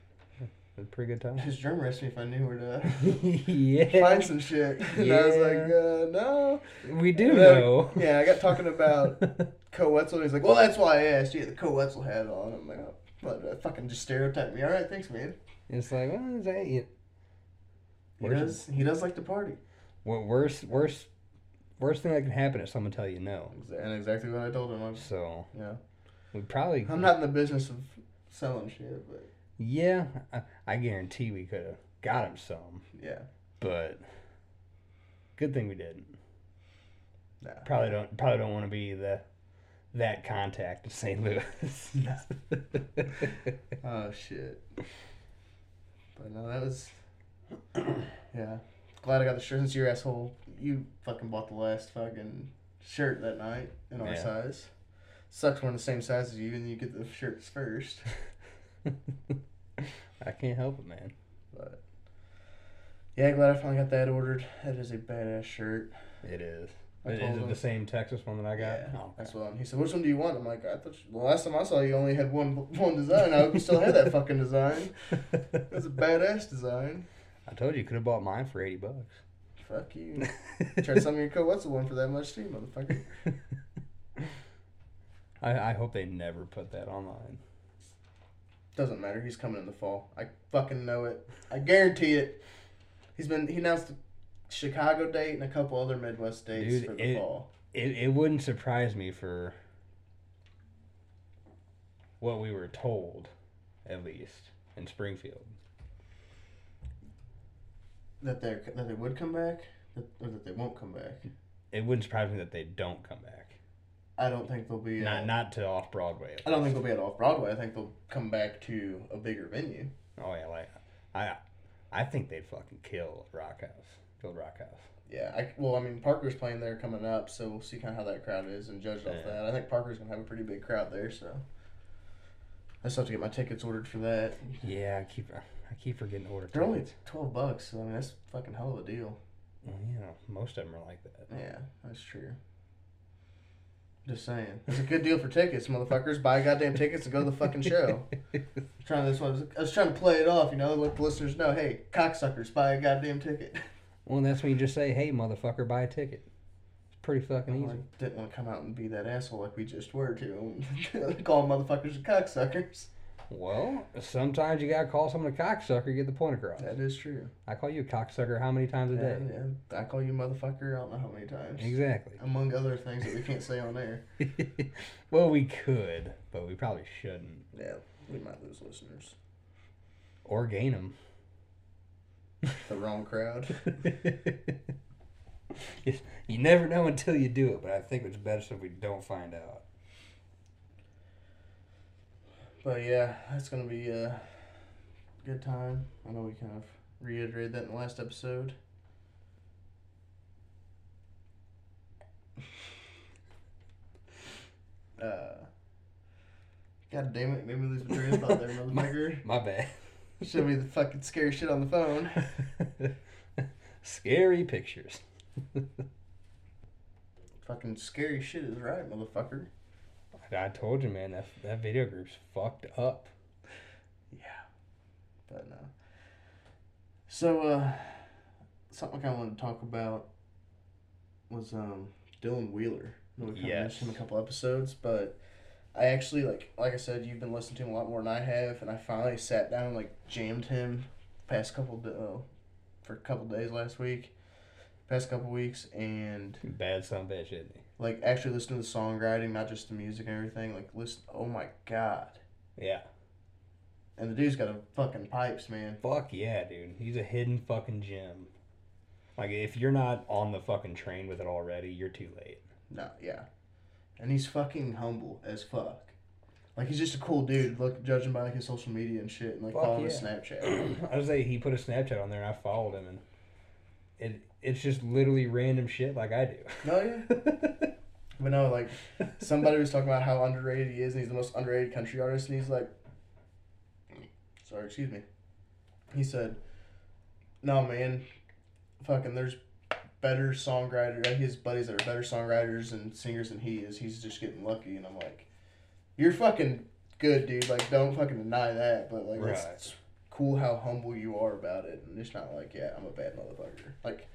B: It was a pretty good time.
C: his drummer asked me if I knew where to
B: yeah,
C: find some shit. And I was like, uh, no.
B: we do
C: And then-
B: know.
C: Yeah, I got talking about Co Wetzel, and he's like, well, that's why I asked you. had The Co Wetzel hat on. I'm like, oh, but uh, fucking just stereotype me. All right, thanks, man.
B: it's like, well, is that it?
C: He
B: Where's-
C: does, he does like to party.
B: What worst worst worst thing that can happen is someone tell you no.
C: Exa- And exactly what I told him. I was,
B: So
C: yeah.
B: we probably
C: I'm not in the business of selling shit, but
B: Yeah, I, I guarantee we could have got him some,
C: yeah.
B: but good thing we didn't.
C: Nah.
B: Probably don't probably don't want to be the that contact of St. Louis.
C: Oh, shit. But no, that was. Yeah. Glad I got the shirt since your asshole. You fucking bought the last fucking shirt that night in our
B: Yeah.
C: size. Sucks we're in the same size as you and you get the shirts first.
B: I can't help it, man.
C: But yeah, glad I finally got that ordered. That is a badass shirt.
B: It is.
C: I
B: Is
C: told
B: it
C: him.
B: the same Texas one that I got?
C: Yeah,
B: Oh,
C: that's what I'm, he said. Which one do you want? I'm like, I thought you, the last time I saw you, you only had one one design. I hope you still had that fucking design. That's a badass design.
B: I told you, you could have bought mine for eighty bucks.
C: Fuck you. Try some of your co what's the one for that much too, motherfucker.
B: I, I hope they never put that online.
C: Doesn't matter. He's coming in the fall. I fucking know it. I guarantee it. He's been he announced the Chicago date and a couple other Midwest dates
B: Dude,
C: for the
B: it-
C: fall.
B: It, it wouldn't surprise me for what we were told, at least in Springfield.
C: That they are that they would come back, that, or that they won't come back.
B: It wouldn't surprise me that they don't come back.
C: I don't think they'll be.
B: Not
C: at-
B: not to off Broadway.
C: I don't think they'll be at Off Broadway. I think they'll come back to a bigger venue.
B: Oh yeah, like I I think they'd fucking kill Rock House. Kill Rock House.
C: Yeah, I, well, I mean, Parker's playing there coming up, so we'll see kind of how that crowd is and judge off
B: Yeah.
C: that. I think Parker's gonna have a pretty big crowd there, so I still have to get my tickets ordered for that.
B: Yeah, I keep I keep forgetting to order
C: They're only
B: tickets.
C: twelve bucks, so I mean that's fucking hell of a deal.
B: Well, you know, most of them are like that.
C: Yeah, that's true. Just saying, it's a good deal for tickets, motherfuckers. Buy goddamn tickets and go to the fucking show. trying this one, I was, I was trying to play it off, you know, let the listeners know, hey, cocksuckers, buy a goddamn ticket.
B: Well, that's when you just say, "Hey, motherfucker, buy a ticket." It's pretty fucking
C: Well,
B: easy.
C: I didn't want to come out and be that asshole like we just were to. Call motherfuckers cocksuckers.
B: Well, sometimes you gotta call someone a cocksucker to get the point across.
C: That is true.
B: I call you a cocksucker how many times a day?
C: And, and I call you motherfucker I don't know how many times.
B: Exactly.
C: Among other things that we can't say on air.
B: well, we could, but we probably shouldn't.
C: Yeah, we might lose listeners.
B: Or gain them.
C: the wrong crowd.
B: you, you never know until you do it, but I think it's better if we don't find out.
C: But yeah, that's gonna be a good time. I know we kind of reiterated that in the last episode. Uh, God damn it! Made me lose my train of thought there, motherfucker.
B: My bad.
C: Show me the fucking scary shit on the phone.
B: Scary pictures.
C: Fucking scary shit is right, motherfucker.
B: I told you, man, that, that video group's fucked up.
C: But no. So uh something I kinda wanted to talk about was um Dylan Wheeler. I know we kinda
B: Yes.
C: mentioned him a couple episodes, but I actually like like I said, you've been listening to him a lot more than I have, and I finally sat down and like jammed him past couple d- uh, for a couple days last week, past couple weeks, and
B: Bad son of a bitch, isn't
C: like actually listened to the songwriting, not just the music and everything. Like listen, oh my god!
B: he? Yeah.
C: And the dude's got a fucking pipes, man.
B: Fuck yeah, dude. He's a hidden fucking gem. Like, if you're not on the fucking train with it already, you're too late.
C: No, yeah. And he's fucking humble as fuck. Like he's just a cool dude, look judging by like his social media and shit and like
B: Fuck
C: following
B: yeah.
C: his Snapchat.
B: I was like, he put a Snapchat on there, and I followed him, and it it's just literally random shit like I do.
C: no yeah. But no, like somebody was talking about how underrated he is and he's the most underrated country artist and he's like sorry, excuse me. He said, No man, fucking there's better songwriter like, his buddies that are better songwriters and singers than he is. He's just getting lucky and I'm like, You're fucking good, dude. Like don't fucking deny that, but like that's
B: Right.
C: it's cool how humble you are about it and it's not like, yeah, I'm a bad motherfucker. Like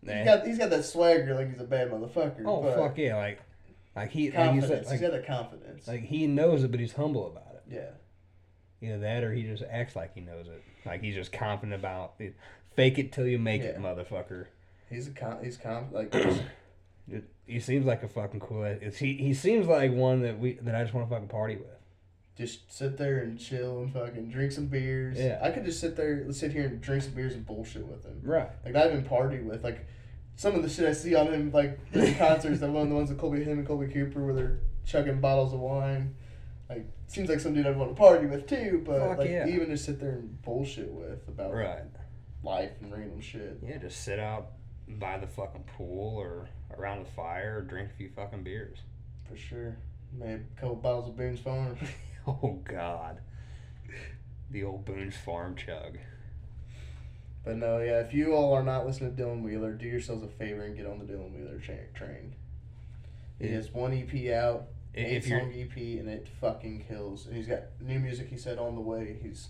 B: Nah.
C: he's got he's got that swagger like he's a bad motherfucker.
B: oh
C: but
B: fuck yeah, like like he like you
C: confidence.
B: said,
C: he's
B: like,
C: got that confidence.
B: like he knows it, but he's humble about it.
C: yeah.
B: Either that, or he just acts like he knows it. Like he's just confident about it. Fake it till you make it,
C: Yeah.
B: motherfucker.
C: He's a con- he's conf- like
B: It, he seems like a fucking cool. It's, he he seems like one that we that I just want to fucking party with.
C: just sit there and chill and fucking drink some beers.
B: Yeah.
C: I could just sit there sit here and drink some beers and bullshit with him.
B: Right.
C: Like I've been party with like some of the shit I see on him like in concerts I'm one of the ones with Colby him and Colby Cooper where they're chugging bottles of wine. Like seems like some dude I'd want to party with too, but
B: Fuck
C: like
B: yeah.
C: even just sit there and bullshit with about
B: Right.
C: life and random shit.
B: Yeah, just sit out by the fucking pool or around the fire or drink a few fucking beers.
C: For sure. Maybe a couple bottles of Boone's Farm.
B: Oh God, the old Boone's Farm chug.
C: But no, yeah, if you all are not listening to Dylan Wheeler, do yourselves a favor and get on the Dylan Wheeler tra- train. He
B: Yeah.
C: has one EP out,
B: I-
C: eight
B: If you're
C: song EP, and it fucking kills. And he's got new music, he said, on the way. He's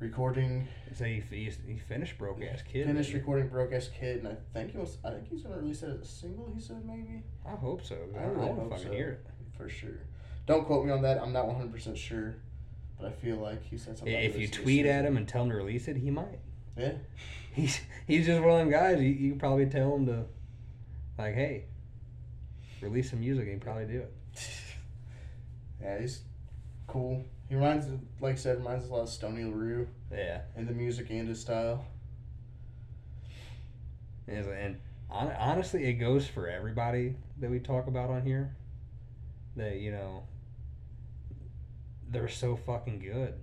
C: recording,
B: so you, you, you finished broke ass kid.
C: finished
B: didn't
C: recording Broke Ass Kid, and I think he was, I think he's gonna release it as a single, he said, maybe?
B: you? I hope so. 'cause I,
C: I really
B: want to
C: hope
B: fucking
C: so.
B: hear it.
C: For sure. Don't quote me on that, I'm not 100% sure, but I feel like he said something.
B: I-
C: about
B: if you
C: releasing a
B: tweet at
C: single.
B: him and tell him to release it, he might.
C: Yeah.
B: He's he's just one of them guys. You you could probably tell him to, like, hey, release some music, and he'd probably do it.
C: Yeah, he's cool. He reminds, like I said, reminds us a lot of Stony LaRue.
B: Yeah.
C: and the music and his style.
B: And, and hon- honestly, it goes for everybody that we talk about on here. That you know, they're so fucking good.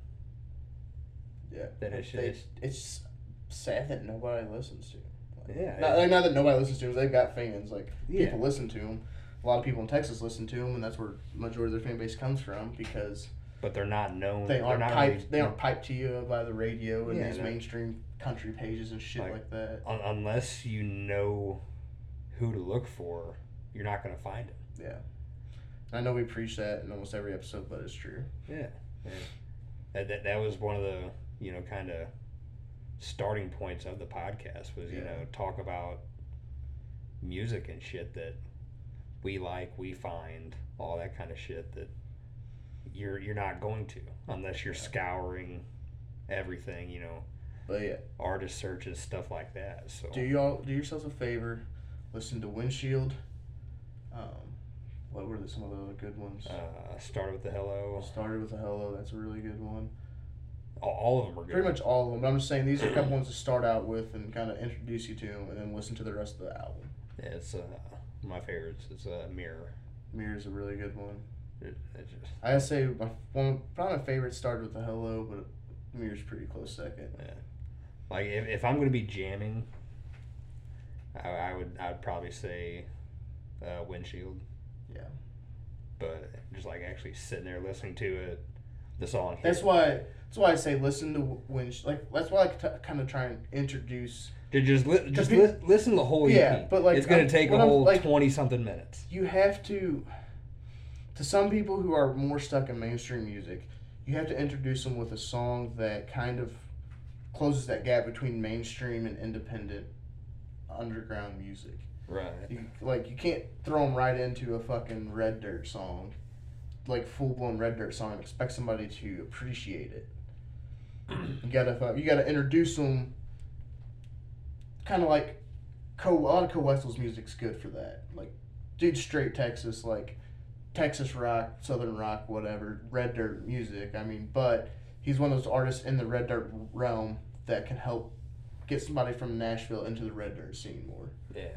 C: Yeah,
B: That it's
C: They-
B: just-
C: it's sad that nobody listens to. Him.
B: Yeah,
C: not,
B: it-
C: like, not that nobody listens to him. They've got fans. Like
B: Yeah.
C: people listen to him. A lot of people in Texas listen to him, and that's where majority of their fan base comes from because
B: but they're not known.
C: they aren't
B: they're not
C: piped.
B: really-
C: They aren't piped to you by the radio and
B: Yeah,
C: these
B: no.
C: mainstream country pages and shit
B: Like-
C: like, that.
B: un- unless you know who to look for, you're not gonna find it.
C: And I know we preach that in almost every episode, but it's true.
B: Yeah. That, that that was one of the you know kind of starting points of the podcast was you
C: Yeah.
B: know talk about music and shit that we like, we find all that kind of shit that you're you're not going to unless you're scouring everything, you know,
C: But yeah,
B: artist searches stuff like that. So
C: do y'all do yourselves a favor, listen to Windshield. Um, what were some of the other good ones?
B: uh, start Uh, with the hello.
C: Started with a hello. That's a really good one.
B: All, all of them are good.
C: Pretty much all of them. But I'm just saying these are a couple ones to start out with and kind of introduce you to them, and then listen to the rest of the album.
B: Yeah, it's uh, my favorites. It's uh, Mirror.
C: Mirror's a really good one.
B: It, it's just,
C: I would say my one, probably my favorite started with the Hello, but Mirror's pretty close second.
B: yeah. Like if, if I'm gonna be jamming, I, I would I would probably say uh, Windshield.
C: Yeah.
B: But just like actually sitting there listening to it, the song.
C: That's
B: hit.
C: why. That's why I say listen to when like that's why I t- kind of try and introduce
B: Ju- just li- just
C: pe-
B: li- listen to the whole EP.
C: Yeah, but, like,
B: it's gonna
C: I'm-
B: take a
C: what I'm-
B: whole
C: like-
B: twenty something minutes.
C: you have to to some people who are more stuck in mainstream music you have to introduce them with a song that kind of closes that gap between mainstream and independent underground music
B: Right.
C: you, like you can't throw them right into a fucking red dirt song like full-blown red dirt song and expect somebody to appreciate it you gotta fu- you gotta introduce them kind of like Co- a lot of Co Wessel's music's good for that. Like, dude, straight Texas, like Texas rock, Southern rock, whatever, red dirt music. I mean, but he's one of those artists in the red dirt realm that can help get somebody from Nashville into the red dirt scene more.
B: Yeah.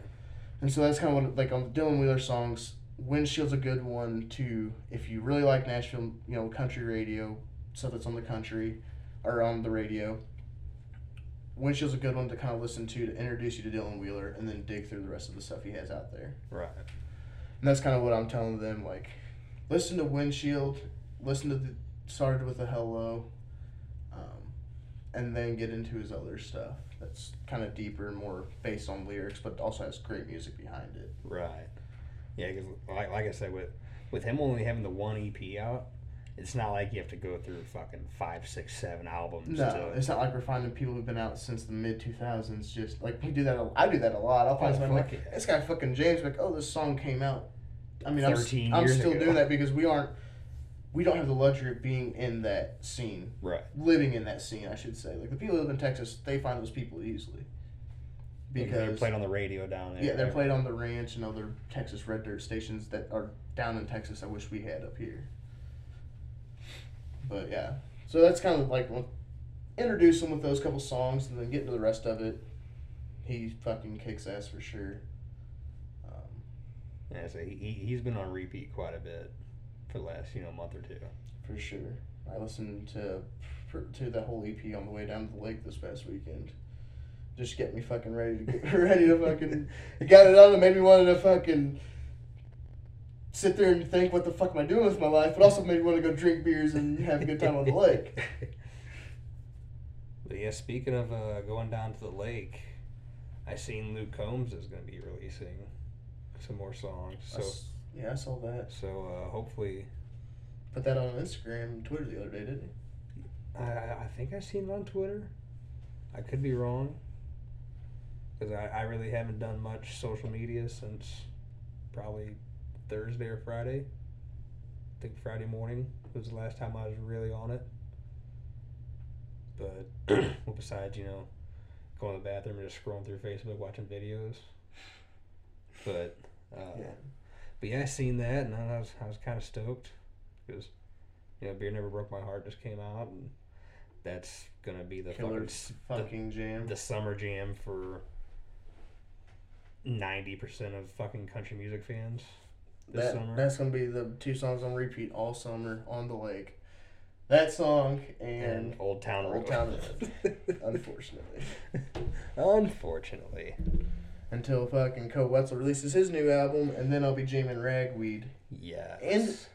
C: And so that's kind of what like on Dylan Wheeler songs. Windshield's a good one too. If you really like Nashville, you know country radio stuff that's on the country or on the radio. Windshield's a good one to kind of listen to to introduce you to Dylan Wheeler and then dig through the rest of the stuff he has out there.
B: Right.
C: And that's kind of what I'm telling them. Like, listen to Windshield. Listen to the started with a hello, um, and then get into his other stuff. That's kind of deeper and more based on lyrics, but also has great music behind it.
B: Right. Yeah, because like, like I said, with with him only having the one EP out, it's not like you have to go through fucking five, six, seven albums.
C: No,
B: to,
C: it's not like we're finding people who've been out since the mid two thousands. Just like we do that, a, I do that a lot. I'll find
B: Oh,
C: something
B: fuck
C: like
B: yeah.
C: this guy fucking James, like, oh, this song came out. I mean, I'm, s-
B: 13
C: I'm
B: years
C: still
B: ago.
C: doing that because we aren't, we don't have the luxury of being in that scene,
B: right.
C: living in that scene, I should say. Like the people who live in Texas, they find those people easily.
B: Because they're
C: Because
B: played on the radio down there.
C: yeah, they're played on the ranch and other Texas red dirt stations that are down in Texas. I wish we had up here. But yeah, so that's kind of like well, introduce him with those couple songs and then get into the rest of it. He fucking kicks ass for sure. Um,
B: Yeah, so he, he- he's been on repeat quite a bit for the last you know month or two.
C: for sure. I listened to to the whole EP on the way down to the lake this past weekend. Just get me fucking ready to get ready to fucking. It got it on and made me want to fucking sit there and think, what the fuck am I doing with my life? But also made me want to go drink beers and have a good time on the lake.
B: But yeah, speaking of uh, going down to the lake, I seen Luke Combs is going to be releasing some more songs.
C: I
B: So
C: s- yeah, I saw that.
B: so uh, hopefully,
C: Put that on Instagram and Twitter the other day, didn't he?
B: I, I I think I seen it on Twitter. I could be wrong because I, I really haven't done much social media since probably Thursday or Friday. I think Friday morning was the last time I was really on it. But well, besides, you know, going to the bathroom and just scrolling through Facebook, watching videos. But uh,
C: Yeah.
B: but yeah, I seen that and I was I was kind of stoked because you know, "Beer Never Broke My Heart" just came out and that's gonna be the fucking,
C: Killer's
B: s-
C: fucking jam.
B: the summer jam for ninety percent of fucking country music fans this
C: That,
B: summer.
C: That's gonna be the two songs on repeat all summer on the lake. That song and
B: and Old Town Road.
C: Old Town Road. Unfortunately.
B: Unfortunately,
C: Until fucking Co Wetzel releases his new album, and then I'll be jamming Ragweed.
B: yes.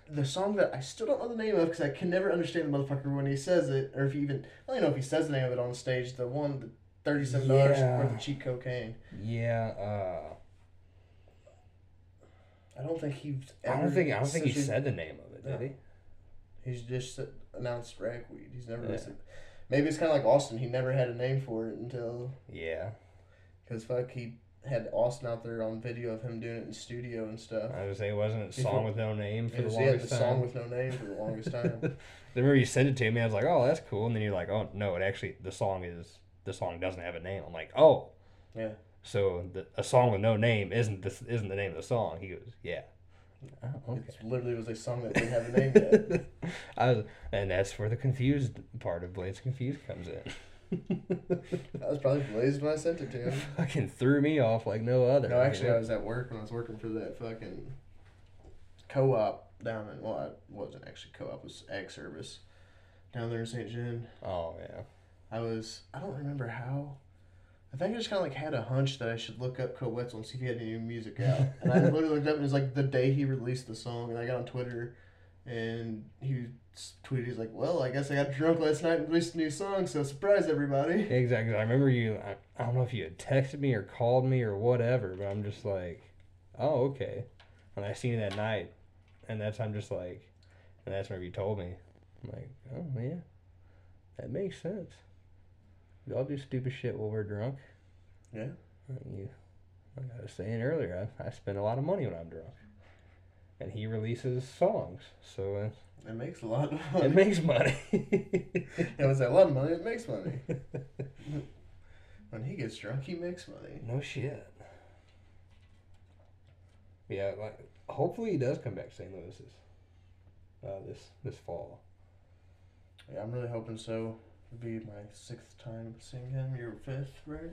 C: And the song that I still don't know the name of because I can never understand the motherfucker when he says it, or if he even, I don't even know if he says the name of it on stage, the one, the $37 worth
B: Yeah.
C: of cheap cocaine.
B: yeah, uh,
C: I don't think he's
B: I
C: ever.
B: don't think I don't think he
C: said-
B: said the name of it, did he?
C: He's just said- announced Ragweed. He's never
B: Yeah.
C: released it. Maybe it's kind of like Austin. He never had a name for it until.
B: Yeah,
C: Because fuck, he had Austin out there on video of him doing it in studio and stuff.
B: I was gonna say wasn't it song with no name for
C: It
B: the
C: was, yeah,
B: longest
C: the song
B: time.
C: with no name for the longest time.
B: I remember you sent it to me. I was like, "Oh, that's cool," and then you're like, "Oh no, it actually the song is the song doesn't have a name." I'm like, "Oh,
C: Yeah.
B: So the, a song with no name isn't this isn't the name of the song?" He goes, "Yeah." Oh, okay.
C: It's literally was a song that they haven't named yet.
B: I was, and that's where the confused part of Blades Confused comes in.
C: I was probably blazed when I sent it to him.
B: Fucking threw me off like no other.
C: No, actually,
B: man.
C: I was at work when I was working for that fucking co-op down in. Well, I wasn't actually co-op; it was ag service down there in St. John.
B: Oh yeah.
C: I was. I don't remember how. I think I just kind of like had a hunch that I should look up Cole Wetzel and see if he had any new music out. and I literally looked up and it was like the day he released the song. And I got on Twitter, and he s- tweeted, "He's like, well, I guess I got drunk last night and released a new song, so surprise everybody."
B: Exactly. I remember you. I, I don't know if you had texted me or called me or whatever, but I'm just like, oh okay. And I seen it that night, and that's I'm just like, and that's whenever you told me. I'm like, oh yeah, that makes sense. We all do stupid shit while we're drunk.
C: Yeah.
B: And you, like I was saying earlier, I, I spend a lot of money when I'm drunk. And he releases songs, so
C: It makes a lot of
B: uh,
C: money.
B: it makes money.
C: It was a lot of money. It makes money. when he gets drunk, he makes money.
B: No shit. Yeah, like hopefully he does come back to St. Louis's. Uh, this this fall.
C: Yeah, I'm really hoping so. It'd be my sixth time seeing him. Your fifth, right?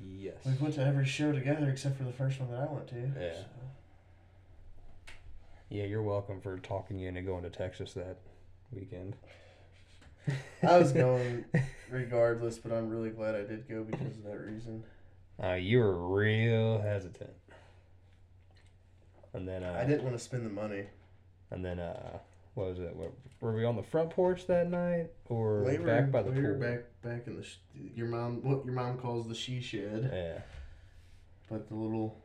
B: Yes.
C: We went to every show together except for the first one that I went to.
B: Yeah. Yeah, you're welcome for talking you into going to Texas that weekend.
C: so. I was going regardless, but I'm really glad I did go because of that reason.
B: Uh, you were real hesitant. And then uh,
C: I didn't want to spend the money.
B: And then uh, what was it? What, were we on the front porch that night or
C: We were-
B: back by the
C: we were
B: pool?
C: back back in the sh- your mom what your mom calls the she shed,
B: Yeah,
C: but the little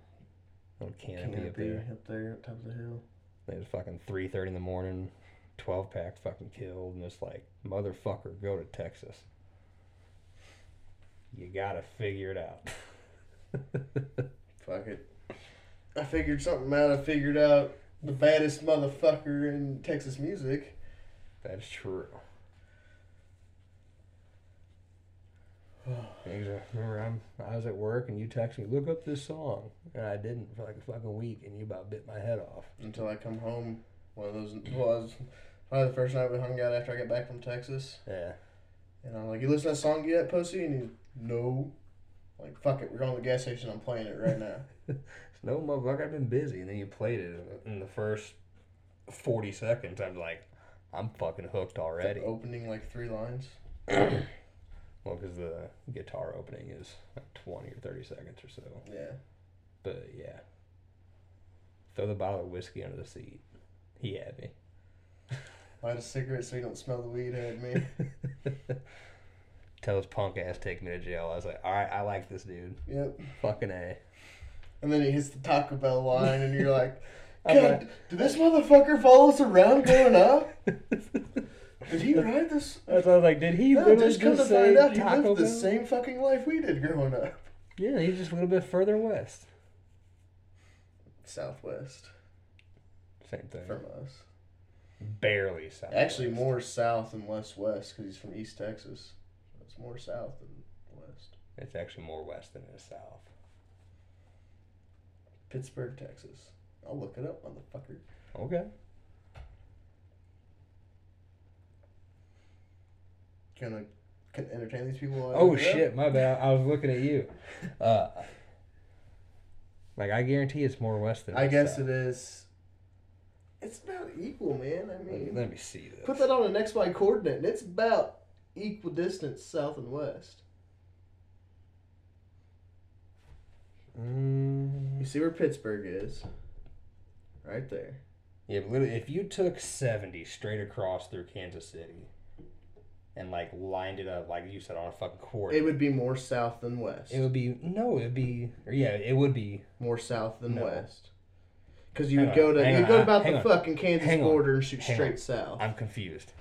B: little canopy,
C: canopy
B: up there.
C: up there at top of the hill.
B: It was fucking three thirty in the morning. Twelve pack fucking killed, and it's like motherfucker, go to Texas. You gotta figure it out.
C: Fuck it. I figured something out. I figured out the baddest motherfucker in Texas music.
B: That's true. Exactly. Remember, I'm I was at work and you texted me, look up this song, and I didn't for like a fucking week, and you about bit my head off.
C: Until I come home, one of those was probably the first night we hung out after I got back from Texas.
B: Yeah.
C: And I'm like, "You listen to that song yet, pussy?" And he's, "No." Like, fuck it. We're going to the gas station. I'm playing it right now.
B: No, motherfucker, I've been busy. And then you played it in the first 40 seconds. I'm like, I'm fucking hooked already. Well,
C: Opening like three lines.
B: 'cause the guitar opening is like 20 or 30 seconds or so.
C: Yeah.
B: But yeah. Throw the bottle of whiskey under the seat. He had me.
C: Light a cigarette so you don't smell the weed at me.
B: Tell his punk ass take me to jail. I was like, all right, I like this dude.
C: Yep.
B: Fucking A.
C: And then he hits the Taco Bell line, and you're like,
B: I'm
C: God, did this motherfucker follow us around growing up? Did he ride this?
B: That's what I was like, did he
C: No,
B: literally
C: just come to
B: just
C: find
B: say
C: out, he
B: Taco
C: lived the
B: Bell?
C: same fucking life we did growing up.
B: Yeah, he's just a little bit further west.
C: Southwest
B: Same thing.
C: from us.
B: Barely south.
C: Actually, more south than west west because he's from East Texas. So it's more south than west.
B: It's actually more west than it is south.
C: Pittsburgh, Texas. I'll look it up, motherfucker.
B: Okay.
C: Gonna can entertain these people. while I
B: Oh
C: look it up?
B: shit, my bad. I was looking at you. Uh, like I guarantee it's more west than.
C: I guess
B: south.
C: it is. It's about equal, man. I
B: Let me,
C: mean,
B: let me see this.
C: Put that on an XY coordinate, and it's about equal distance south and west. You
B: Mm,
C: see where Pittsburgh is? Right there.
B: yeah, but literally, if you took seventy straight across through Kansas City, and like lined it up like you said on a fucking quarter,
C: It would be more south than west.
B: it would be no, it would be or yeah, it would be
C: More south than
B: No.
C: west. Because you
B: Hang
C: would
B: on,
C: go to
B: hang
C: you
B: on,
C: go
B: I-
C: about
B: hang
C: the
B: on,
C: fucking Kansas
B: hang on,
C: border and shoot
B: hang
C: straight
B: on.
C: south.
B: I'm confused.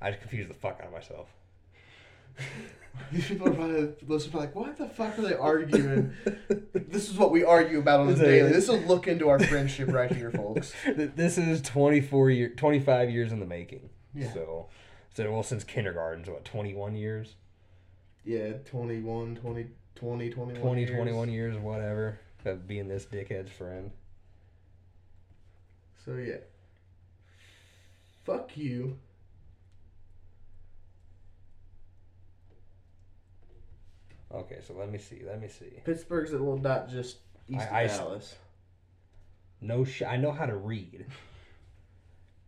B: I just confused the fuck out of myself.
C: These people are probably listening, like, why the fuck are they arguing? this is what we argue about on the
B: This is-
C: daily. This will look into our friendship right here, folks.
B: Th- this is 24 year 25 years in the making
C: Yeah.
B: so so well since kindergarten so what 21 years
C: Yeah, 21, 20, 20 21
B: 20
C: years.
B: 21 years whatever of being this dickhead's friend
C: So yeah. Fuck you.
B: Okay, so let me see. Let me see.
C: Pittsburgh's a little dot just east
B: I- I
C: of
B: s-
C: Dallas.
B: No shit. I know how to read.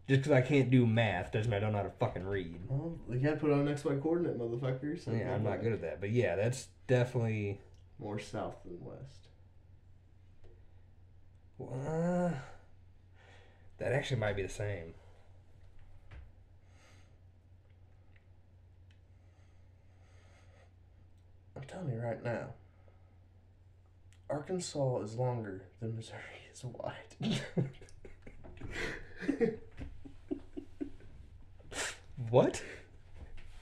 B: Just because I can't do math doesn't mean I don't know how to fucking read.
C: Well, you gotta put on an XY coordinate, motherfucker. So
B: Yeah, I'm not good at that. But yeah, that's definitely.
C: More south than west.
B: Uh, that actually might be the same.
C: I'm telling you right now. Arkansas is longer than Missouri is wide.
B: What?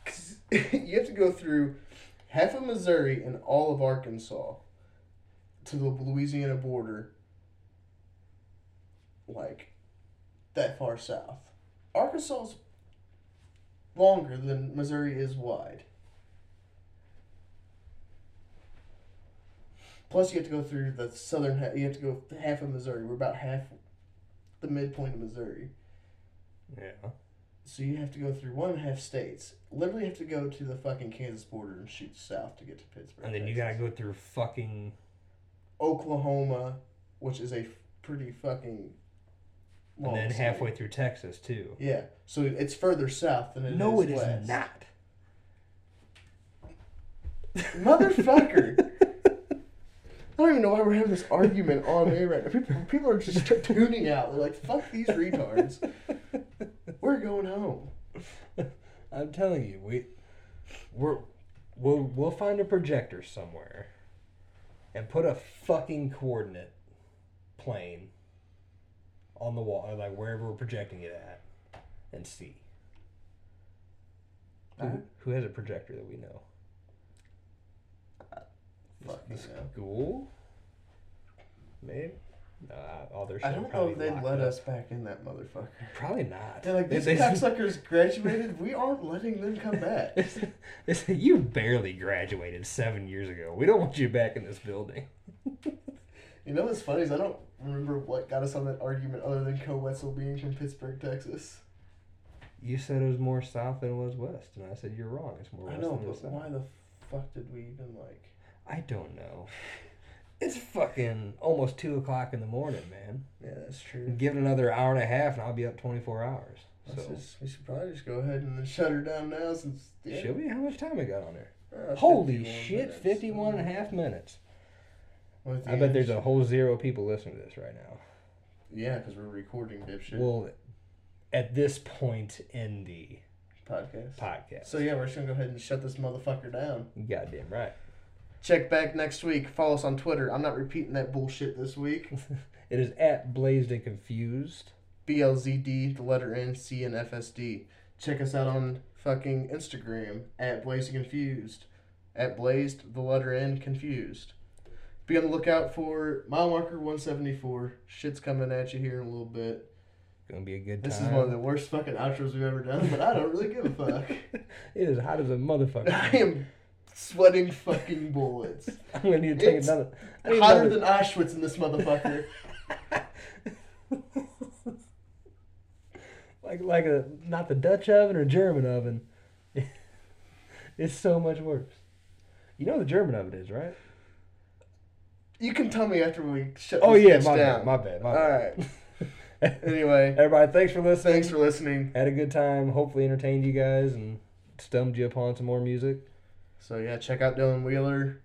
C: 'Cause you have to go through half of Missouri and all of Arkansas to the Louisiana border, like that far south. Arkansas is longer than Missouri is wide. Plus, you have to go through the southern. ha- You have to go half of Missouri. We're about half the midpoint of Missouri.
B: Yeah.
C: So you have to go through one and a half states. Literally have to go to the fucking Kansas border and shoot south to get to Pittsburgh.
B: And then you gotta
C: Texas.
B: go through fucking.
C: Oklahoma, which is a f- pretty fucking. long
B: And then
C: state.
B: halfway through Texas, too.
C: Yeah, so it's further south than it is.
B: No, it is
C: west.
B: not.
C: motherfucker. I don't even know why we're having this argument on air right now. People, people are just t- tuning out. They're like, "Fuck these retards. We're going home."
B: I'm telling you, we we're, we'll we'll find a projector somewhere and put a fucking coordinate plane on the wall, or like wherever we're projecting it at, and see. Who,
C: Alright.
B: who has a projector that we know?
C: Fuck
B: The
C: you know.
B: school? Maybe. No, I- all their shit
C: I don't know
B: probably
C: if they'd
B: locked
C: let
B: up.
C: us back in that motherfucker.
B: Probably not.
C: They're like,
B: They-
C: these
B: they-
C: cocksuckers graduated. We aren't letting them come back.
B: They say, you barely graduated seven years ago. We don't want you back in this building.
C: You know what's funny is I don't remember what got us on that argument other than Co Wetzel being from Pittsburgh, Texas.
B: You said it was more south than it was west, and I said you're wrong. It's more
C: I
B: west
C: know,
B: than it
C: but
B: was south.
C: why the fuck did we even like?
B: I don't know. It's fucking almost two o'clock in the morning, man.
C: Yeah, that's true.
B: Give it another hour and a half, and I'll be up twenty four hours.
C: Let's
B: So
C: just- we should probably just go ahead and then shut her down now since. Yeah,
B: should we? How much time we got on there?
C: uh,
B: Holy
C: 51
B: shit,
C: minutes.
B: fifty one and a half minutes.
C: With the
B: I bet there's a
C: edge.
B: whole zero people listening to this right now.
C: Yeah, because we're recording dipshit
B: Well, at this point in the
C: podcast.
B: podcast,
C: So yeah, we're just gonna go ahead and shut this motherfucker down.
B: goddamn right.
C: Check back next week. Follow us on Twitter. I'm not repeating that bullshit this week.
B: It is at Blazed and Confused.
C: BLZD, the letter N, C, and FSD. Check us out on fucking Instagram at Blazed Confused. At Blazed, the letter N, Confused. Be on the lookout for Mile Marker 174. Shit's coming at you here in a little bit.
B: Gonna be a good time.
C: This is one of the worst fucking outros we've ever done, but I don't really give a fuck.
B: It is hot as a motherfucker.
C: I am sweating fucking bullets.
B: I'm gonna need to take
C: It's
B: another. I need
C: Hotter
B: another-
C: than Auschwitz in this motherfucker.
B: like like a not the Dutch oven or German oven. it's so much worse. You know what the German oven is, right?
C: You can tell me after we shut
B: Oh
C: this
B: yeah,
C: bitch
B: my
C: down.
B: bad, my bad, my
C: All
B: bad.
C: right. Anyway.
B: Everybody, thanks for listening.
C: Thanks for listening.
B: Had a good time. Hopefully, entertained you guys and stumped you upon some more music.
C: So yeah, check out Dylan Wheeler.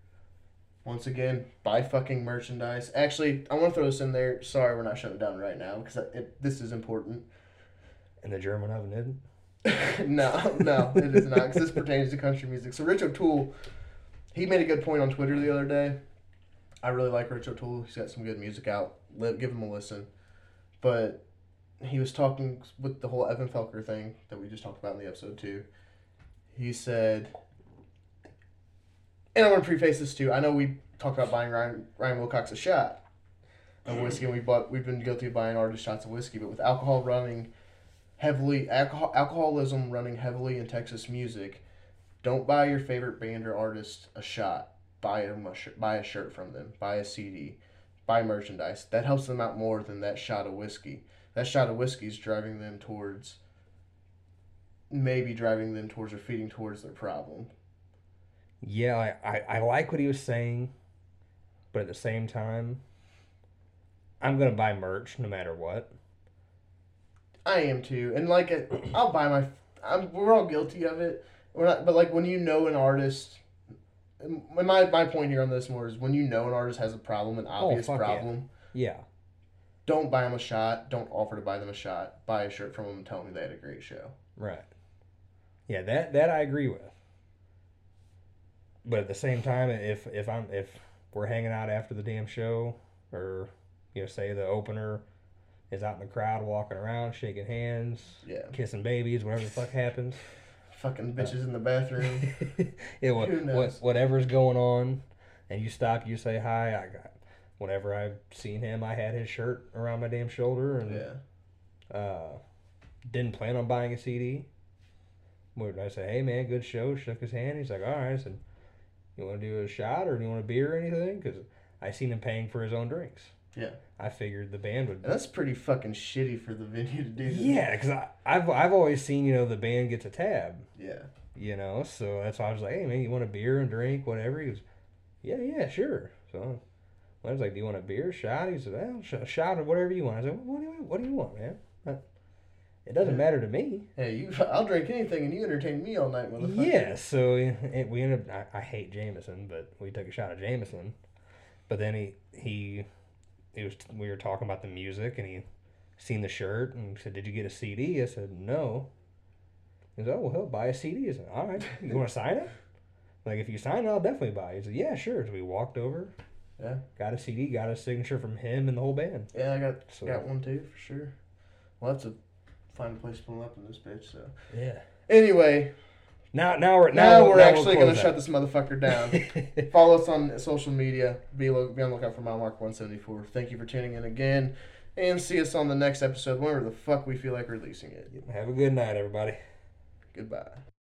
C: Once again, buy fucking merchandise. Actually, I want to throw this in there. Sorry, we're not shutting it down right now because it, this is important.
B: And the German oven isn't.
C: no, no, it is not because this pertains to country music. So Rich O'Toole, he made a good point on Twitter the other day. I really like Rich O'Toole. He's got some good music out. Li- Give him a listen. But he was talking with the whole Evan Felker thing that we just talked about in the episode too. He said, and I want to preface this too. I know we talked about buying Ryan, Ryan Wilcox a shot of whiskey, and we bought we've been guilty of buying artist shots of whiskey, but with alcohol running heavily alcohol, alcoholism running heavily in Texas music, don't buy your favorite band or artist a shot. Buy a mush, buy a shirt from them. Buy a CD. Buy merchandise. That helps them out more than that shot of whiskey. That shot of whiskey's driving them towards maybe driving them towards or feeding towards their problem.
B: Yeah, I, I, I like what he was saying, but at the same time, I'm gonna buy merch no matter what.
C: I am too, and like it, I'll buy my. I'm, we're all guilty of it. We're not, but like when you know an artist, my my- my point here on this more is when you know an artist has a problem, an obvious
B: Oh, fuck yeah.
C: problem.
B: Yeah,
C: Don't buy them a shot. Don't offer to buy them a shot. Buy a shirt from them and tell them they had a great show.
B: right. Yeah, that that I agree with. But at the same time, if if I'm if we're hanging out after the damn show, or you know, say the opener is out in the crowd walking around, shaking hands,
C: Yeah,
B: kissing babies, whatever the fuck happens.
C: fucking bitches in the bathroom.
B: yeah, what,
C: Who
B: what,
C: knows?
B: whatever's going on, and you stop, you say hi. I got. Whenever I've seen him, I had his shirt around my damn shoulder, and
C: yeah,
B: uh, didn't plan on buying a CD. When I said, "Hey man, good show," shook his hand. He's like, "All right." I said, "You want to do a shot, or do you want a beer or anything?" Because I seen him paying for his own drinks.
C: yeah.
B: I figured the band would.
C: And that's pretty fucking shitty for the venue to do. That.
B: Yeah, because I've I've always seen you know the band gets a tab.
C: yeah.
B: you know. So that's why I was like, "Hey man, you want a beer and drink, whatever?" He was, "Yeah, yeah, sure." So I was like, "Do you want a beer, shot?" He said, "Well, sh- shot or whatever you want." I said, "What do you, what do you want, man?" Uh, It doesn't matter to me.
C: Hey, you. I'll drink anything, and you entertain me all night, motherfucker.
B: Yeah, so it, we ended up. I, I hate Jameson, but we took a shot of Jameson. But then he he, it was we were talking about the music, and he seen the shirt and said, "Did you get a CD?" I said, "No." He said, "Oh well, he'll buy a CD." I said, "All right, you want to sign it?" Like if you sign it, I'll definitely buy. it." He said, "Yeah, sure." So we walked over,
C: Yeah.
B: got a CD, got a signature from him and the whole band.
C: Yeah, I got
B: So-
C: got one too for sure. We'll have to find a place to pull up in this bitch. So
B: Yeah.
C: anyway,
B: Now now we're
C: now,
B: now,
C: we're actually gonna shut this motherfucker down.
B: this.
C: Follow us on social media. Be, lo- be on the lookout for mile mark one seventy four. Thank you for tuning in again, and see us on the next episode whenever the fuck we feel like releasing it.
B: Have a good night, everybody.
C: Goodbye.